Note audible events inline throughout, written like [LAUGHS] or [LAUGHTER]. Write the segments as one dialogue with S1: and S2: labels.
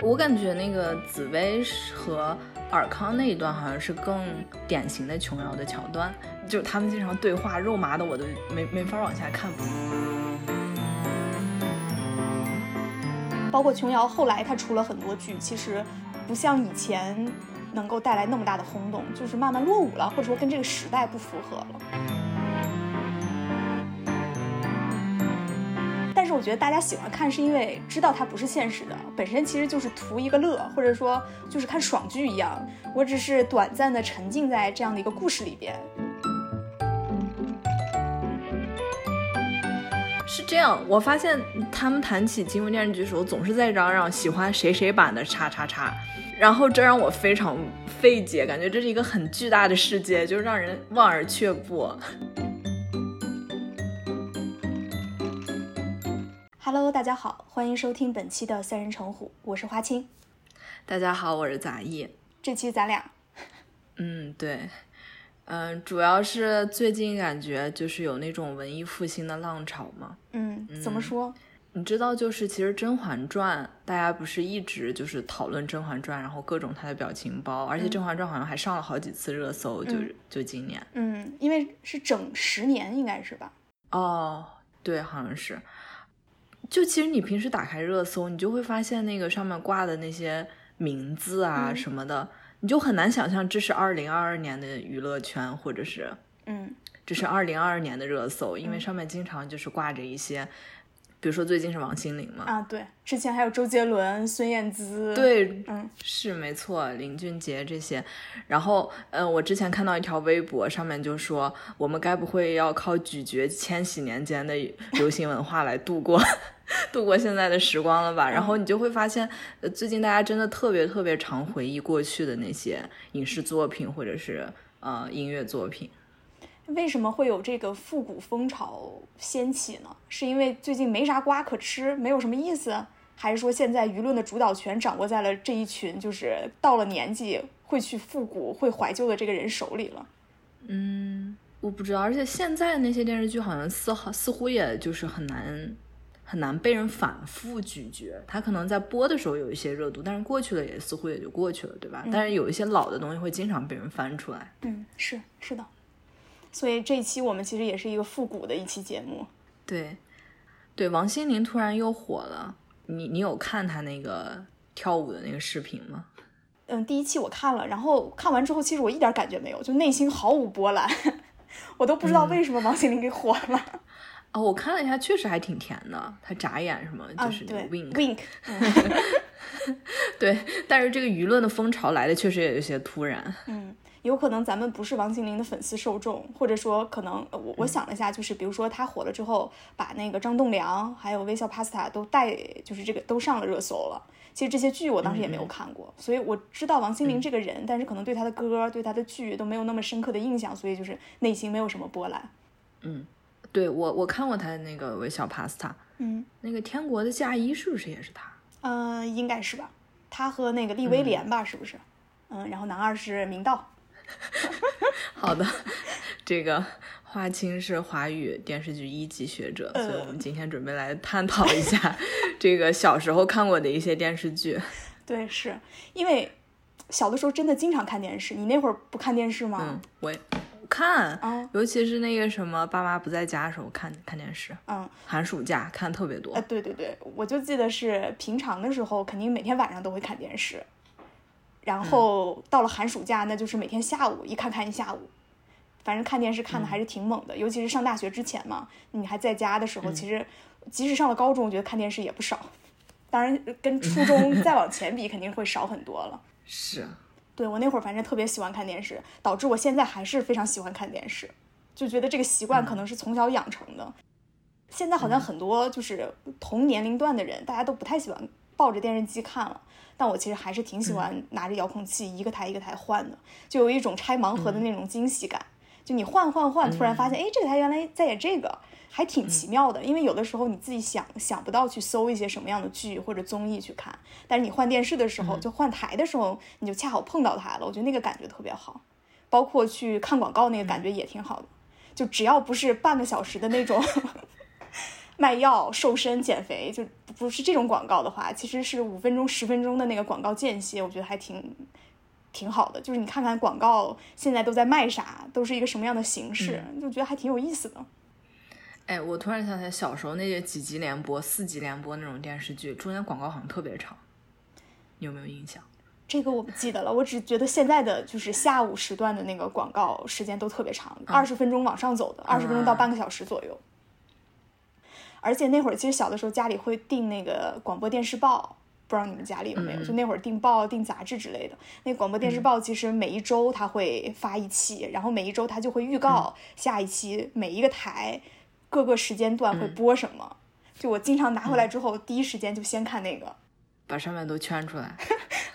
S1: 我感觉那个紫薇和尔康那一段好像是更典型的琼瑶的桥段，就是他们经常对话肉麻的，我都没没法往下看。
S2: 包括琼瑶后来她出了很多剧，其实不像以前能够带来那么大的轰动，就是慢慢落伍了，或者说跟这个时代不符合了。但是我觉得大家喜欢看是因为知道它不是现实的，本身其实就是图一个乐，或者说就是看爽剧一样。我只是短暂的沉浸在这样的一个故事里边。
S1: 是这样，我发现他们谈起金庸电视剧的时候，总是在嚷嚷喜欢谁谁版的叉叉叉，然后这让我非常费解，感觉这是一个很巨大的世界，就让人望而却步。
S2: Hello，大家好，欢迎收听本期的三人成虎，我是花青。
S1: 大家好，我是杂艺。
S2: 这期咱俩，
S1: 嗯，对，嗯、呃，主要是最近感觉就是有那种文艺复兴的浪潮嘛。
S2: 嗯，怎么说？
S1: 嗯、你知道，就是其实《甄嬛传》，大家不是一直就是讨论《甄嬛传》，然后各种它的表情包，而且《甄嬛传》好像还上了好几次热搜，嗯、就是就今年。
S2: 嗯，因为是整十年，应该是吧？
S1: 哦，对，好像是。就其实你平时打开热搜，你就会发现那个上面挂的那些名字啊什么的，嗯、你就很难想象这是二零二二年的娱乐圈，或者是
S2: 嗯，
S1: 这是二零二二年的热搜，因为上面经常就是挂着一些，比如说最近是王心凌嘛，
S2: 啊对，之前还有周杰伦、孙燕姿，
S1: 对，
S2: 嗯，
S1: 是没错，林俊杰这些。然后嗯、呃，我之前看到一条微博，上面就说我们该不会要靠咀嚼千禧年间的流行文化来度过？ [LAUGHS] 度过现在的时光了吧，然后你就会发现，呃，最近大家真的特别特别常回忆过去的那些影视作品或者是呃音乐作品。
S2: 为什么会有这个复古风潮掀起呢？是因为最近没啥瓜可吃，没有什么意思，还是说现在舆论的主导权掌握在了这一群就是到了年纪会去复古、会怀旧的这个人手里了？
S1: 嗯，我不知道，而且现在那些电视剧好像似好似乎也就是很难。很难被人反复咀嚼，它可能在播的时候有一些热度，但是过去了也似乎也就过去了，对吧？嗯、但是有一些老的东西会经常被人翻出来。
S2: 嗯，是是的，所以这一期我们其实也是一个复古的一期节目。
S1: 对，对，王心凌突然又火了，你你有看她那个跳舞的那个视频吗？
S2: 嗯，第一期我看了，然后看完之后，其实我一点感觉没有，就内心毫无波澜， [LAUGHS] 我都不知道为什么王心凌给火了。嗯
S1: 哦，我看了一下，确实还挺甜的。他眨眼什么，
S2: 啊、
S1: 就是 wink
S2: wink。
S1: 嗯、对，但是这个舆论的风潮来的确实也有些突然。 [LAUGHS]
S2: 嗯，有可能咱们不是王心凌的粉丝受众，或者说可能我我想了一下，就是比如说她火了之后，把那个张栋梁还有微笑 Pasta 都带，就是这个都上了热搜了。其实这些剧我当时也没有看过，嗯、所以我知道王心凌这个人，嗯、但是可能对她的歌、对她的剧都没有那么深刻的印象，所以就是内心没有什么波澜。
S1: 嗯。对我，我看过他那个微笑 Pasta，
S2: 嗯，
S1: 那个《天国的嫁衣》是不是也是他？
S2: 嗯、呃，应该是吧。他和那个利威廉吧，嗯、是不是？嗯，然后男二是明道。
S1: 好的， [LAUGHS] 这个华清是华语电视剧一级学者，呃、所以我
S2: 嗯
S1: 们今天准备来探讨一下
S2: [LAUGHS]
S1: 这个小时候看过的一些电视剧。
S2: 对，是因为小的时候真的经常看电视。你那会儿不看电视吗？
S1: 嗯，我也。看，
S2: 哦、
S1: 尤其是那个什么爸妈不在家的时候看看电视，
S2: 嗯，
S1: 寒暑假看特别多。
S2: 哎、呃，对对对，我就记得是平常的时候，肯定每天晚上都会看电视，
S1: 嗯
S2: 然后到了寒暑假，那就是每天下午一看看一下午，反正看电视看的还是挺猛的，
S1: 嗯、
S2: 尤其是上大学之前嘛，你还在家的时候，
S1: 嗯、
S2: 其实即使上了高中，我觉得看电视也不少，当然跟初中再往前比，肯定会少很多了。
S1: 是。
S2: 对我那会儿反正特别喜欢看电视，导致我现在还是非常喜欢看电视，就觉得这个习惯可能是从小养成的。嗯、现在好像很多就是同年龄段的人，大家都不太喜欢抱着电视机看了，但我其实还是挺喜欢拿着遥控器一个台一个台换的，就有一种拆盲盒的那种惊喜感。
S1: 嗯、
S2: 就你换换换，突然发现，
S1: 嗯、
S2: 哎，这个台原来在演这个，还挺奇妙的。因为有的时候你自己想想不到去搜一些什么样的剧或者综艺去看，但是你换电视的时候，
S1: 嗯、
S2: 就换台的时候，你就恰好碰到它了。我觉得那个感觉特别好，包括去看广告那个感觉也挺好的。就只要不是半个小时的那种 [LAUGHS] 卖药、瘦身、减肥，就不是这种广告的话，其实是五分钟、十分钟的那个广告间歇，我觉得还挺挺好的。就是你看看广告现在都在卖啥，都是一个什么样的形式，就觉得还挺有意思的。
S1: 哎，我突然想起来，小时候那个几集连播、四集连播那种电视剧，中间广告好像特别长，你有没有印象？
S2: 这个我不记得了，我只觉得现在的就是下午时段的那个广告时间都特别长，二十、分钟往上走的，二十分钟到半个小时左右。而且那会儿其实小的时候家里会订那个广播电视报，不知道你们家里有没有？就那会儿订报、订杂志之类的。那广播电视报其实每一周它会发一期，然后每一周它就会预告下一期每一个台各个时间段会播什么。就我经常拿回来之后，第一时间就先看那个。
S1: 把上面都圈出来。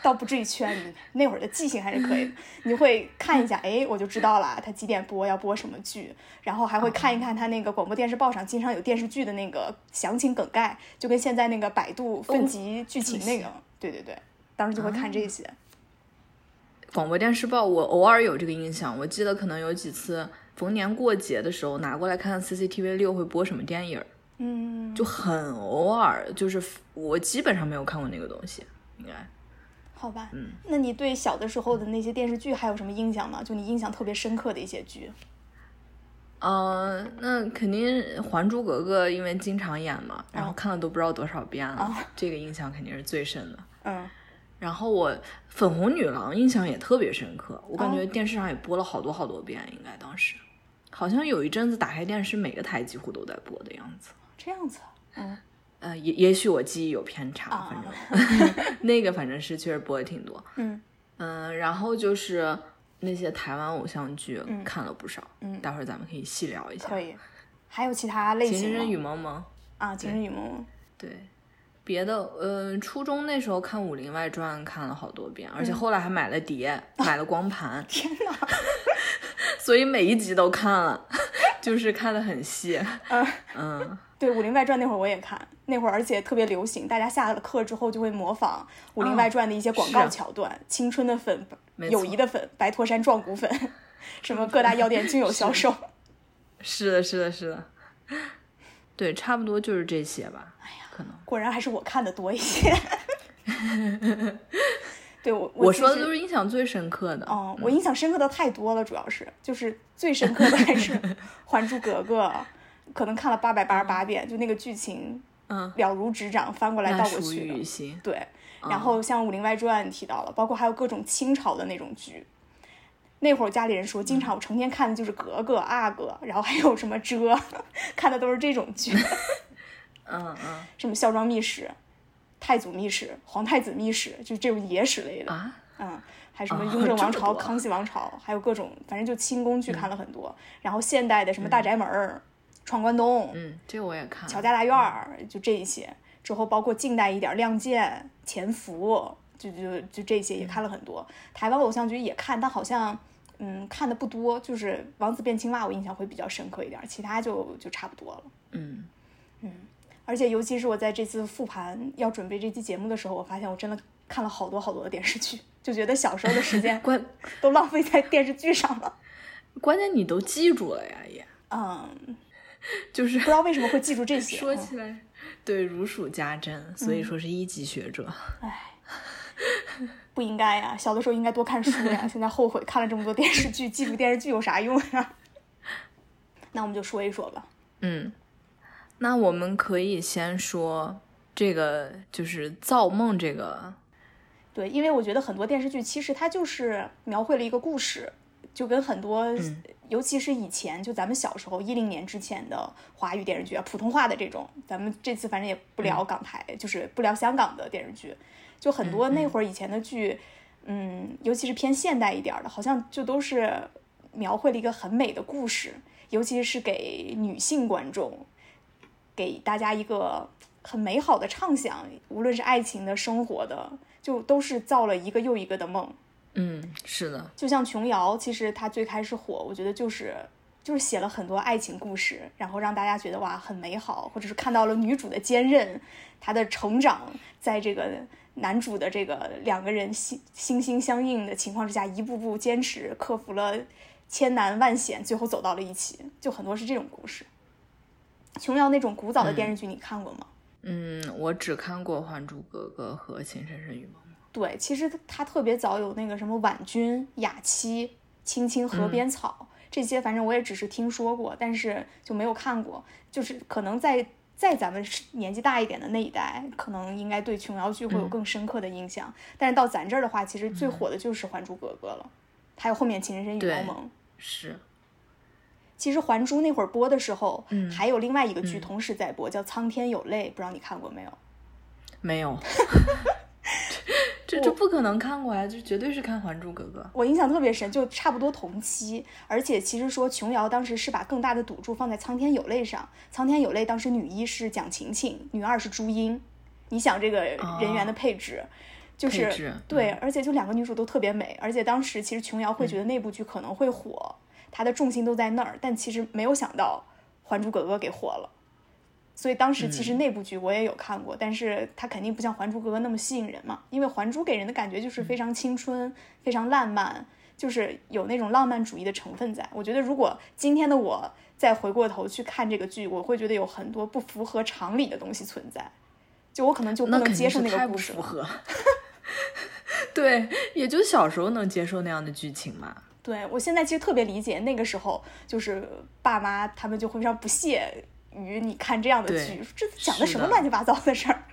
S2: 倒不至于圈你，那会儿的记性还是可以的。你会看一下，哎，我就知道了，它几点播，要播什么剧，然后还会看一看它那个广播电视报上经常有电视剧的那个详情梗概，就跟现在那个百度分级剧情那个，对对对，当时就会看这些。
S1: 广播电视报我偶尔有这个印象，我记得可能有几次逢年过节的时候拿过来看看 CCTV 六会播什么电影儿，
S2: 嗯，
S1: 就很偶尔，就是我基本上没有看过那个东西，应该。
S2: 好吧，嗯，那你对小的时候的那些电视剧还有什么印象吗？就你印象特别深刻的一些剧？
S1: 嗯、那肯定《还珠格格》因为经常演嘛，然后看了都不知道多少遍了，
S2: 啊
S1: 这个印象肯定是最深的。
S2: 嗯，
S1: 然后我《粉红女郎》印象也特别深刻，我感觉电视上也播了好多好多遍，应该当时好像有一阵子打开电视，每个台几乎都在播的样子。
S2: 这样子，嗯，
S1: 呃，也也许我记忆有偏差，反正、
S2: 哦 [LAUGHS]
S1: 那个反正是确实播的挺多。
S2: 嗯
S1: 嗯，然后就是那些台湾偶像剧看了不少，
S2: 嗯
S1: 待会儿咱们可以细聊一下。
S2: 可以。还有其他类
S1: 《情
S2: 型
S1: 深
S2: 吗？
S1: 与蒙蒙》
S2: 啊，《情深雨蒙蒙》
S1: 对，别的呃，初中那时候看《武林外传》看了好多遍，而且
S2: 嗯
S1: 后来还买了碟，买了光盘， [LAUGHS]
S2: 天哪！
S1: 所以每一集都看了， [LAUGHS] 就是看的很细。 [LAUGHS]
S2: 对《武林外传》那会儿我也看，那会儿而且特别流行，大家下了课之后就会模仿《武林外传》的一些广告
S1: 哦是啊
S2: 桥段，青春的粉、
S1: 没
S2: 友
S1: 错
S2: 谊的粉、白驼山壮骨粉， [LAUGHS] 什么各大药店均有销
S1: 啊
S2: 售。
S1: 是的，是的，是的，对，差不多就是这些吧。哎呀，可能
S2: 果然还是我看的多
S1: [LAUGHS]
S2: 一些。对我，
S1: 我
S2: 其
S1: 说的
S2: 实
S1: 都是印嗯象最深刻的。
S2: 哦，我印象深刻的太多了，主要是就是最深刻的
S1: [LAUGHS]
S2: 还是《还珠格格》，可能看了八百八十八遍，就那个剧情
S1: 嗯，
S2: 了如指掌，翻过来
S1: 那
S2: 倒过
S1: 属
S2: 去
S1: 于
S2: 的
S1: 雨。欣。
S2: 对，
S1: 嗯
S2: 然后像《武林外传》提到了，包括还有各种清朝的那种剧。那会儿家里人
S1: 嗯
S2: 说，经常我成天看的就是格格、阿哥，然后还有什么遮， [LAUGHS] 看的都是
S1: [LAUGHS]
S2: 这种剧，
S1: 嗯嗯
S2: 什么孝庄秘史、太祖秘史、皇太子秘史，就这种野史类的。
S1: 啊，
S2: 嗯，还有什么
S1: 啊 [LAUGHS]
S2: 雍正王
S1: 这么
S2: 朝、
S1: 多嗯
S2: 康熙王朝，还有各种，反正就清宫剧看了很多，然后现代的什么大宅门、儿、闯关东、
S1: 嗯，这个我也看。
S2: 乔家大院儿，就这一些。之后包括近代一点，《亮剑》《潜伏》，就就就这些也看了很多。台湾偶像剧也看，但好像嗯看的不多，就是《王子变青蛙》我印象会比较深刻一点，其他就就差不多了。
S1: 嗯，
S2: 而且尤其是我在这次复盘要准备这期节目的时候，我发现我真的看了好多好多的电视剧，就觉得小时候的时间 [LAUGHS]
S1: 关
S2: 都浪费在电视剧上了。
S1: 关键你都记住了呀，也
S2: 嗯，
S1: 就是
S2: 不知道嗯为什么会记住这些。
S1: 说起来，对，如数家珍，所以说是一级学者。
S2: 嗯不应该呀，小的时候应该多看书呀，现在后悔看了这么多电视剧，记住电视剧有啥用呀？ [LAUGHS] 那我们就说一说吧。
S1: 嗯，那我们可以先说这个，就是造梦这个，
S2: 对，因为我觉得很多电视剧其实它就是描绘了一个故事，就跟很多，尤其是以前就咱们小时候一零年之前的华语电视剧啊，普通话的这种，咱们这次反正也不聊港台，就是不聊香港的电视剧，就很多那会儿以前的剧，嗯尤其是偏现代一点儿的，好像就都是描绘了一个很美的故事，尤其是给女性观众给大家一个很美好的畅想，无论是爱情的、生活的，就都是造了一个又一个的梦。
S1: 嗯，是的，
S2: 就像琼瑶，其实她最开始火，我觉得就是就是写了很多爱情故事，然后让大家觉得哇很美好，或者是看到了女主的坚韧，她的成长，在这个男主的这个两个人心心心相印的情况之下，一步步坚持，克服了千难万险，最后走到了一起，就很多是这种故事。琼瑶那种古早的电视剧，你看过吗？
S1: 嗯，我只看过《还珠格格》和《情深深雨蒙蒙
S2: 对，其实他特别早有那个什么婉君、雅妻、青青河边草、这些，反正我也只是听说过，但是就没有看过。就是可能在在咱们是年纪大一点的那一代，可能应该对琼瑶剧会有更深刻的印象。但是到咱这儿的话，其实最火的就是《还珠格格》了，还有后面《情深深雨
S1: 对
S2: 蒙蒙》。
S1: 是，
S2: 其实《还珠》那会儿播的时候，还有另外一个剧同时在播，叫《苍天有泪》，不知道你看过没有？
S1: 没有， [LAUGHS] 这这不可能看过呀，这绝对是看《还珠格格》。
S2: 我印象特别深，就差不多同期，而且其实说琼瑶当时是把更大的赌注放在《苍天有泪》上，《苍天有泪》当时女一是蒋勤勤，女二是朱茵，你想这个人员的配置，就是
S1: 哦配置嗯
S2: 对，而且就两个女主都特别美，而且当时其实琼瑶会觉得那部剧可能会火，它的重心都在那儿，但其实没有想到《还珠格格》给火了。所以当时
S1: 嗯
S2: 其实那部剧我也有看过，但是它肯定不像《还珠格格》那么吸引人嘛，因为《还珠》给人的感觉就是
S1: 嗯
S2: 非常青春、非常浪漫，就是有那种浪漫主义的成分在。我觉得如果今天的我再回过头去看这个剧，我会觉得有很多不符合常理的东西存在，就我可能就不
S1: 那
S2: 能
S1: 肯
S2: 接
S1: 定
S2: 受
S1: 是
S2: 那
S1: 太
S2: 个
S1: 不
S2: 故事
S1: 符
S2: 了。
S1: 合。 [LAUGHS] 对，也就小时候能接受那样的剧情嘛。
S2: 对我现在其实特别理解，那个时候就是爸妈他们就会非常不屑于你看这样的
S1: 对
S2: 剧，这讲的
S1: 是
S2: 什么
S1: 的
S2: 乱七八糟的事儿。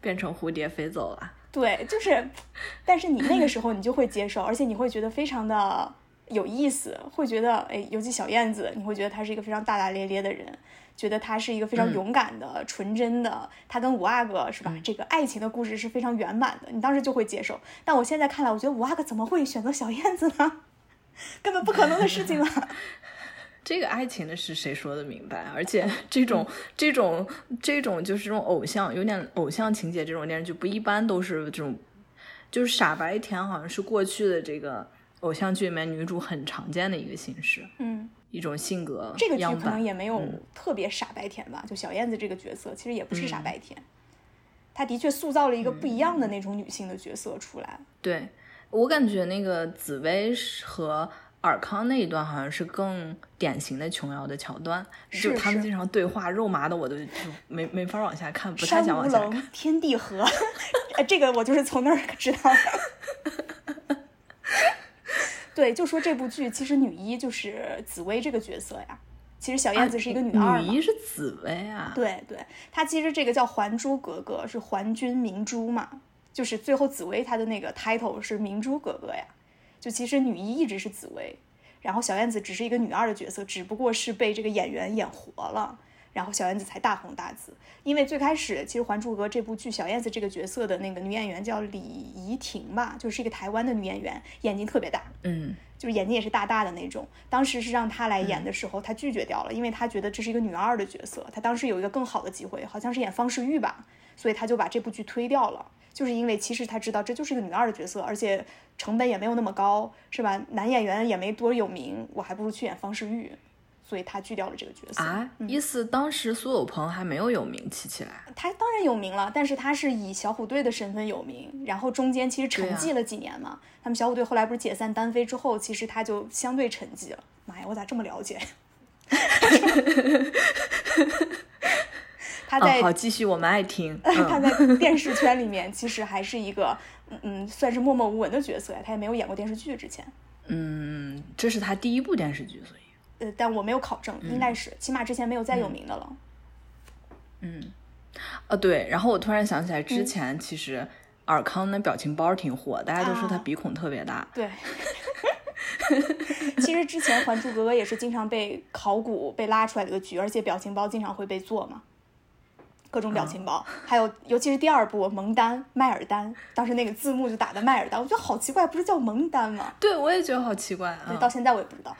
S1: 变成蝴蝶飞走了。
S2: 对，就是，但是你那个时候你就会接受，而且你会觉得非常的有意思，会觉得哎，尤其小燕子，你会觉得她是一个非常大大咧咧的人，觉得她是一个非常勇敢的、纯真的。她跟五阿哥是吧？这个爱情的故事是非常圆满的，你当时就会接受。但我现在看来，我觉得五阿哥怎么会选择小燕子呢？ [LAUGHS] 根本不可能的事情啊！
S1: 这个爱情的事谁说的明白？而且这种、这种这种就是这种偶像有点偶像情节这种电视剧，不一般都是这种，就是傻白甜，好像是过去的这个偶像剧里面女主很常见的一个形式，
S2: 嗯，
S1: 一种性格
S2: 这个剧
S1: 样嗯
S2: 可能
S1: 板。
S2: 也没有特别傻白甜吧，就小燕子这个角色其实也不是
S1: 嗯
S2: 傻白甜，她的确塑造了一个不一样的那种女性的角色出来。
S1: 对我感觉那个紫薇是和尔康那一段好像是更典型的琼瑶的桥段，
S2: 是
S1: 就他们
S2: 是
S1: 经常对话，肉麻的我都就没没法往下看，不太
S2: 山
S1: 想
S2: 无
S1: 往下看。
S2: 棱，天地合， [LAUGHS] 呃这个我就是从那儿知道的。对，就说这部剧，其实女一就是紫薇这个角色呀，其实小燕
S1: 啊
S2: 子是一个
S1: 嗯
S2: 女二嘛。
S1: 女一是紫薇啊，
S2: 对对，她其实这个叫《还珠格格》，是还君明珠嘛，就是最后紫薇她的那个 title 是明珠格格呀。就其实女一一直是紫薇，然后小燕子只是一个女二的角色，只不过是被这个演员演活了，然后小燕子才大红大紫。因为最开始其实《还珠格格》这部剧，小燕子这个角色的那个女演员叫李怡婷吧，就是一个台湾的女演员，眼睛特别大，
S1: 嗯，
S2: 就是眼睛也是大大的那种。当时是让她来演的时候，她拒绝掉了，因为她觉得这是一个女二的角色，她当时有一个更好的机会，好像是演方世玉吧，所以她就把这部剧推掉了。就是因为其实她知道这就是一个女二的角色，而且成本也没有那么高，是吧？男演员也没多有名，我还不如去演方世玉，所以她拒掉了这个角色。
S1: 啊，意思当时苏有朋还没有有名气起来，
S2: 他当然有名了，但是他是以小虎队的身份有名，然后中间其实
S1: 啊
S2: 沉寂了几年嘛。他们小虎队后来不是解散单飞之后，其实他就相对沉寂了。妈呀， [LAUGHS] 我咋这么了解？他在、
S1: 嗯，
S2: [LAUGHS]
S1: 好，继续，我们爱听，
S2: 他
S1: 嗯，
S2: 在电视圈里面其实还是一个嗯嗯，算是默默无闻的角色呀。他也没有演过电视剧之前，
S1: 嗯这是他第一部电视剧，所以，
S2: 呃，但我没有考
S1: 嗯
S2: 证，应该是，起码之前没有再有名的了。
S1: 啊，对，然后我突然想起来，
S2: 嗯
S1: 之前其实尔康那表情包挺火，大家都说他
S2: 啊
S1: 鼻孔特别大， [LAUGHS]
S2: 对，其实之前《还珠格格》也是经常被考古被拉出来的一个局，而且表情包经常会被做嘛，各种表情包，
S1: 嗯
S2: 还有尤其是第二部蒙丹麦尔丹，当时那个字幕就打的麦尔丹，我觉得好奇怪，不是叫蒙丹吗？
S1: 对我也觉得好奇怪
S2: 对，
S1: 啊，
S2: 到现在我也不知道。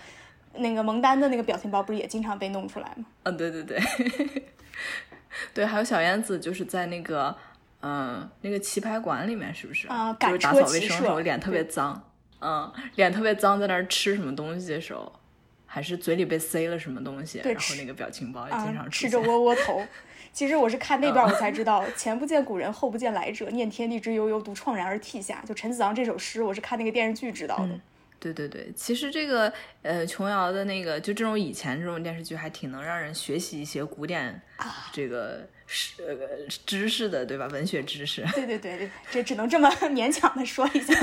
S2: 那个蒙丹的那个表情包不是也经常被弄出来吗？
S1: 嗯，对对 [LAUGHS] 对，对，还有小燕子就是在那个。嗯，那个棋牌馆里面是不是？
S2: 啊
S1: 就
S2: 赶
S1: 是打
S2: 车
S1: 扫卫
S2: 骑
S1: 生的时候
S2: 射
S1: 脸特别脏，嗯，脸特别脏，在那儿吃什么东西的时候，还是嘴里被塞了什么东西，
S2: 对
S1: 然后
S2: 吃
S1: 那个表情包也经
S2: 啊
S1: 常，出
S2: 吃
S1: 现。嗯
S2: 着窝窝头。其实我是看那段儿我才知道，前不见古人，后不见来者，念天地之悠悠，独怆然而涕下。就陈子昂这首诗，我是看那个电视剧知道的。
S1: 对对对，其实这个呃，琼瑶的那个就这种以前这种电视剧，还挺能让人学习一些古典
S2: 啊
S1: 这个是、呃知识的，对吧？文学知
S2: [LAUGHS]
S1: 识。
S2: 对对对，这只能这么勉强的说一下。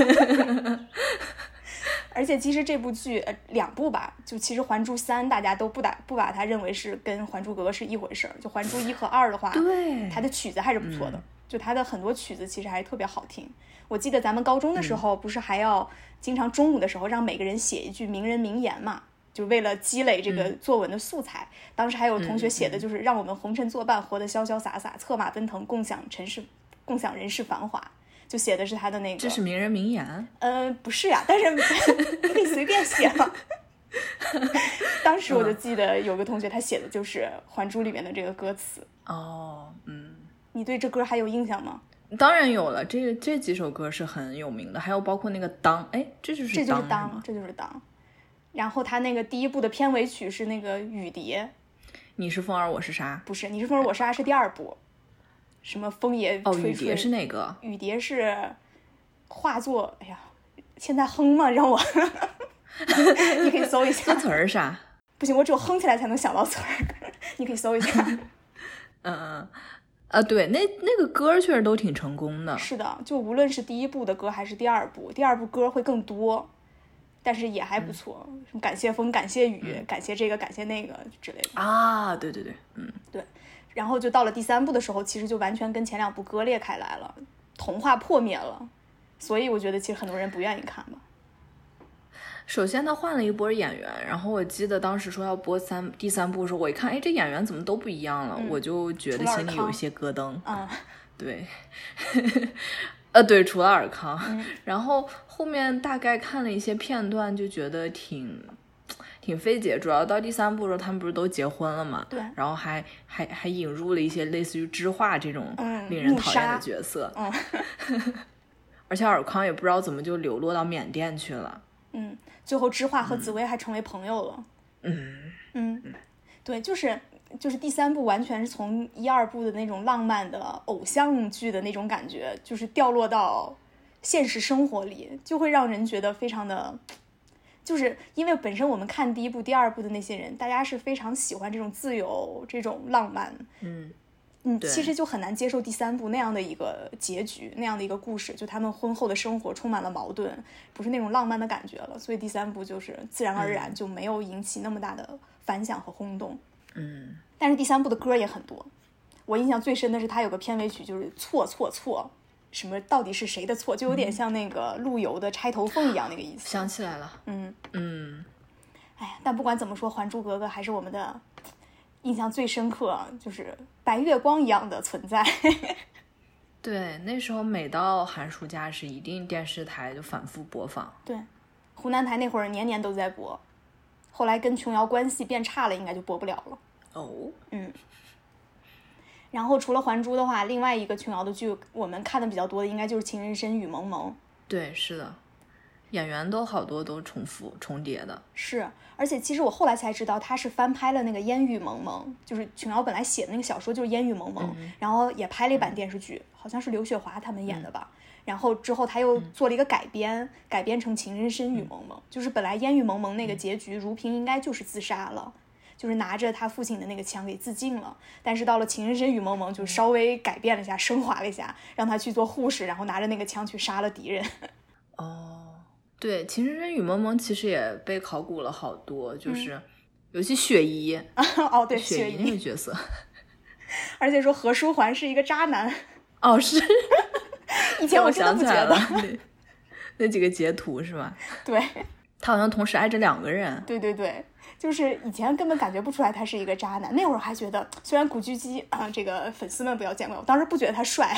S2: 而且其实这部剧呃两部吧，就其实《还珠三》大家都不打不把它认为是跟《还珠格格》是一回事儿。就《还珠一》和二的话，
S1: 对嗯
S2: 它的曲子还是不错的，就它的很多曲子其实还是特别好听。我记得咱们高中的
S1: 嗯
S2: 时候，不是还要经常中午的时候让每个人写一句名人名言嘛？就为了积累这个
S1: 嗯
S2: 作文的素材，当时还有同学写的就是让我们红尘作伴，活得潇潇洒洒，策马奔腾，共享尘世，共享人世繁华。就写的是他的那个，
S1: 这是名人名言，
S2: 呃，不是 [LAUGHS] 呀、但是你可以随便写嘛。当
S1: 嗯
S2: 时我就记得有个同学，他写的就是《还珠》里面的这个歌词。
S1: 哦，嗯，
S2: 你对这歌还有印象吗？
S1: 当然有了，这个这几首歌是很有名的，还有包括那个当，哎，这就是
S2: 这就是
S1: 是
S2: 当，
S1: 吗？
S2: 这就是当。然后他那个第一部的片尾曲是那个《雨蝶》，
S1: 你是风儿，我是沙。
S2: 不是《你是风儿我是爱》是第二部，什么风也
S1: 哦，
S2: 吹
S1: 雨
S2: 吹啊
S1: 蝶是哪个？
S2: 雨蝶是化作，哎呀，现在哼吗？让我， [LAUGHS] 你可以搜一
S1: [LAUGHS]
S2: 下
S1: 歌，词儿是啥？
S2: 不行，我只有哼起来才能想到词儿，你可以搜一下。
S1: 嗯嗯，啊，对，那那个歌确实都挺成功的。
S2: 是的，就无论是第一部的歌还是第二部，第二部歌会更多，但是也还不错，什么感谢风，感谢雨，感谢这个，感谢那个之类的。
S1: 啊，对对对，嗯，
S2: 然后就到了第三部的时候，其实就完全跟前两部割裂开来了，童话破灭了，所以我觉得其实很多人不愿意看吧。
S1: 首先他换了一波演员，然后我记得当时说要播三第三部的时候，我一看，哎，这演员怎么都不一样了，我就觉得
S2: 嗯除了
S1: 心里
S2: 尔康
S1: 有一些咯噔。
S2: 啊、
S1: 对，呃，对，除了尔康，
S2: 嗯
S1: [LAUGHS] 然后后面大概看了一些片段，就觉得挺挺费解。主要到第三部的时候，他们不是都结婚了嘛？
S2: 对
S1: 然后还还还引入了一些类似于知画这种
S2: 嗯
S1: 令人
S2: 怒
S1: 讨厌
S2: 杀
S1: 的角色。
S2: 嗯
S1: [LAUGHS] 而且尔康也不知道怎么就流落到缅甸去了。
S2: 嗯，最后知画和紫薇还成为朋友了。
S1: 嗯，
S2: 嗯，对，就是就是第三部完全是从一二部的那种浪漫的偶像剧的那种感觉，就是掉落到现实生活里，就会让人觉得非常的，就是因为本身我们看第一部、第二部的那些人，大家是非常喜欢这种自由、这种浪漫，
S1: 嗯。
S2: 嗯，
S1: 对
S2: 其实就很难接受第三部那样的一个结局，那样的一个故事，就他们婚后的生活充满了矛盾，不是那种浪漫的感觉了。所以第三部就是自然而然就没有引起那么大的反响和轰动。
S1: 嗯，
S2: 但是第三部的歌也很多，我印象最深的是它有个片尾曲，就是错错错，什么到底是谁的错，就有点像那个陆游的《钗头凤》一样那个意思。
S1: 想起来了，
S2: 嗯，
S1: 嗯，
S2: 哎呀，但不管怎么说，《还珠格格》还是我们的印象最深刻，就是白月光一样的存在。 [LAUGHS]
S1: 对，那时候每到寒暑假时，一定电视台就反复播放。
S2: 对，湖南台那会儿年年都在播，后来跟琼瑶关系变差了，应该就播不了了。
S1: 哦，
S2: 然后除了《还珠》的话，另外一个琼瑶的剧我们看的比较多的，应该就是《情深深雨蒙蒙》。
S1: 对，是的，演员都好多都重复重叠的。
S2: 是，而且其实我后来才知道，他是翻拍了那个《烟雨蒙蒙》，就是琼瑶本来写的那个小说就是《烟雨蒙蒙》然后也拍了一版电视剧，好像是刘雪华他们演的吧。然后之后他又做了一个改编，改编成《情深深雨蒙蒙》，就是本来《烟雨蒙蒙》那个结局，如萍应该就是自杀了。就是拿着他父亲的那个枪给自尽了，但是到了《情深深雨蒙蒙》就稍微改变了一下，升华了一下，让他去做护士，然后拿着那个枪去杀了敌人。 [LAUGHS]
S1: 哦，对，《情深深雨蒙蒙》其实也被考古了好多，就是、尤其雪姨，
S2: 哦，嗯对，
S1: 雪
S2: 雪
S1: 姨那个
S2: 姨，
S1: 角色。 [LAUGHS]
S2: 而且说何书桓是一个渣男。
S1: 哦，是，
S2: [LAUGHS] 以前我
S1: 我
S2: 真
S1: 想
S2: 的不
S1: 起
S2: 觉
S1: 来了
S2: 得，，
S1: 那 [LAUGHS] 那几个截图是吧？
S2: 对 [LAUGHS]
S1: 他好像同时爱着两个人。
S2: 对对对，就是以前根本感觉不出来他是一个渣男，那会儿还觉得，虽然古巨基啊、这个粉丝们不要见怪，我当时不觉得他帅，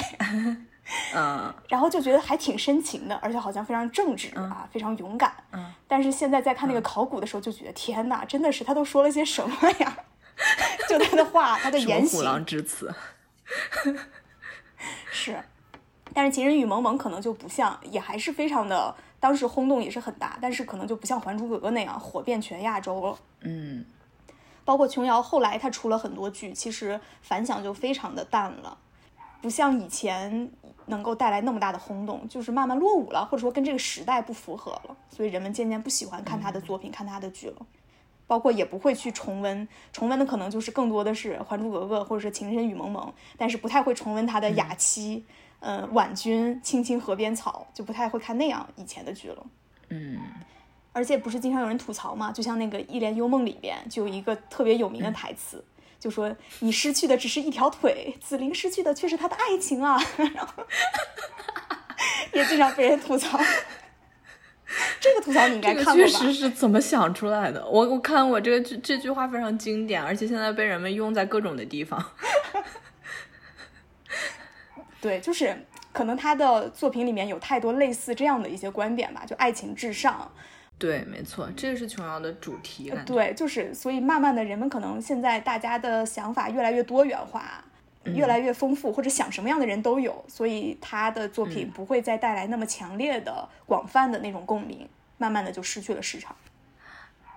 S1: 嗯，
S2: 然后就觉得还挺深情的，而且好像非常正直啊，非常勇敢。
S1: 嗯，
S2: 但是现在在看那个考古的时候，就觉得天哪，真的是他都说了些什么呀？ [LAUGHS] 就他的话，他的
S1: 什么
S2: 言
S1: 虎
S2: 行
S1: 狼之词？
S2: 嗯是，但是《情人雨蒙蒙》可能就不像，也还是非常的，当时轰动也是很大，但是可能就不像《还珠格格》那样火遍全亚洲了。
S1: 嗯。
S2: 包括琼瑶后来她出了很多剧，其实反响就非常的淡了，不像以前能够带来那么大的轰动，就是慢慢落伍了，或者说跟这个时代不符合了，所以人们渐渐不喜欢看他的作品、看他的剧了，包括也不会去重温，重温的可能就是更多的是《还珠格格》或者是《情深雨蒙蒙》，但是不太会重温他的《雅妻》、嗯、呃《婉君》、《青青河边草》，就不太会看那样以前的剧了。
S1: 嗯，
S2: 而且不是经常有人吐槽嘛，就像那个《一帘幽梦》里边就有一个特别有
S1: 嗯
S2: 名的台词。就说你失去的只是一条腿，紫菱失去的却是她的爱情啊， [LAUGHS] 然后也经常被人吐槽。 [LAUGHS] 这个吐槽你应该看过吧？
S1: 确实是怎么想出来的？我我看我这个这这句话非常经典，而且现在被人们用在各种的地方。 [LAUGHS]
S2: 对，就是可能他的作品里面有太多类似这样的一些观点吧，就爱情至上。
S1: 对，没错，这是琼瑶的主题。
S2: 对，就是所以慢慢的，人们可能现在大家的想法越来越多元化，
S1: 嗯、
S2: 越来越丰富，或者想什么样的人都有，所以他的作
S1: 嗯
S2: 品不会再带来那么强烈的、嗯、广泛的那种共鸣，慢慢的就失去了市场。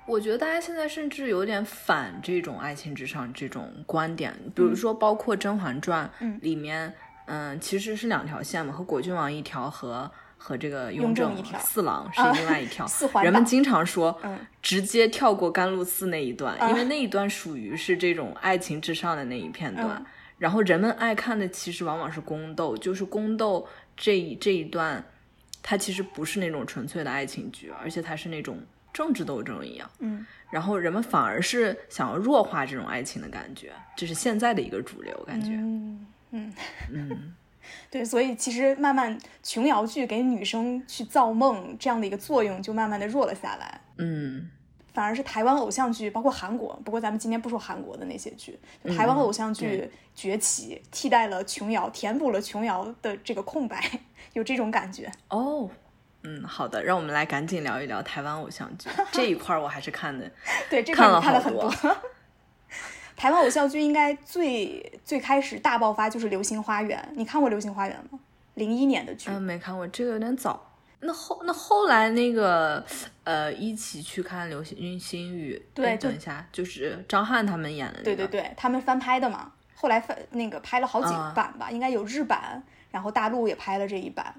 S1: 我觉得大家现在甚至有点反这种爱情至上这种观点，比
S2: 嗯
S1: 如说包括《甄嬛传》里面，嗯,嗯，其实是两条线嘛，和果郡王一条和。和这个雍
S2: 正
S1: 四郎是另外一
S2: [LAUGHS]
S1: 条，
S2: 啊、
S1: 人们经常说、
S2: 嗯、
S1: 直接跳过甘露寺那一段，
S2: 啊、
S1: 因为那一段属于是这种爱情至上的那一片段。
S2: 嗯、
S1: 然后人们爱看的其实往往是宫斗，就是宫斗这这一段，它其实不是那种纯粹的爱情剧，而且它是那种政治斗争一样。
S2: 嗯，
S1: 然后人们反而是想要弱化这种爱情的感觉，这是现在的一个主流感觉。
S2: 嗯嗯
S1: 嗯。嗯
S2: [LAUGHS] 对，所以其实慢慢琼瑶剧给女生去造梦这样的一个作用就慢慢的弱了下来。
S1: 嗯，
S2: 反而是台湾偶像剧，包括韩国，不过咱们今天不说韩国的那些剧，就台湾偶像剧崛起，
S1: 嗯、
S2: 替代了琼瑶，填补了琼瑶的这个空白，有这种感觉。
S1: 哦，嗯，好的，让我们来赶紧聊一聊台湾偶像
S2: [LAUGHS]
S1: 剧这一块，我还是看的，
S2: 对这
S1: 块
S2: 你看
S1: 了
S2: 很
S1: 多。
S2: 台湾偶像剧应该最最开始大爆发就是《流星花园》，你看过《流星花园》吗？零一年的剧，
S1: 嗯，没看过，这个有点早。那后那后来那个呃，一起去看《流星星雨》，
S2: 对，
S1: 等一下，就是张翰他们演的、那个，
S2: 对对对，他们翻拍的嘛。后来翻那个拍了好几版吧，
S1: 啊、
S2: 应该有日版，然后大陆也拍了这一版。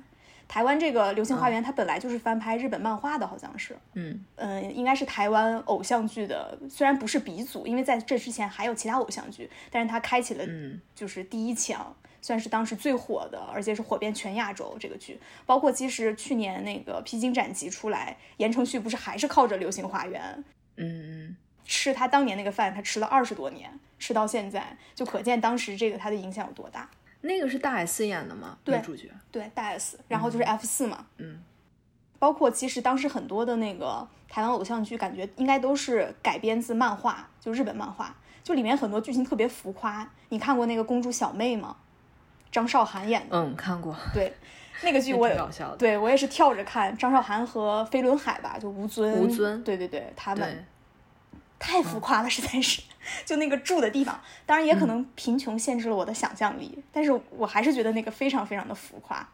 S2: 台湾这个《流星
S1: 啊
S2: 花园》，它本来就是翻拍日本漫画的，好像是，
S1: 嗯
S2: 嗯，应该是台湾偶像剧的，虽然不是鼻祖，因为在这之前还有其他偶像剧，但是它开启了就是第一枪，算是当时最火的，而且是火遍全亚洲这个剧。包括其实去年那个《披荆斩棘》出来，言承旭不是还是靠着《流星花园》，
S1: 嗯，
S2: 吃他当年那个饭，他吃了二十多年，吃到现在，就可见当时这个它的影响有多大。
S1: 那个是大 S 演的吗？
S2: 对，
S1: 主角
S2: 对大 S，然后就是 F 四嘛，
S1: 嗯，
S2: 包括其实当时很多的那个台湾偶像剧，感觉应该都是改编自漫画，就日本漫画，就里面很多剧情特别浮夸。你看过那个《公主小妹》吗？张韶涵演的，
S1: 嗯，看过。 [LAUGHS]
S2: 对，那个剧我也
S1: 搞笑的，
S2: 对我也是跳着看。张韶涵和飞轮海吧，就吴尊，
S1: 吴尊，嗯
S2: 对对对，他
S1: 们。
S2: 太浮夸了，实在是。 [LAUGHS] 就那个住的地方，当然也可能贫穷限制了我的想象力，
S1: 嗯、
S2: 但是我还是觉得那个非常非常的浮夸。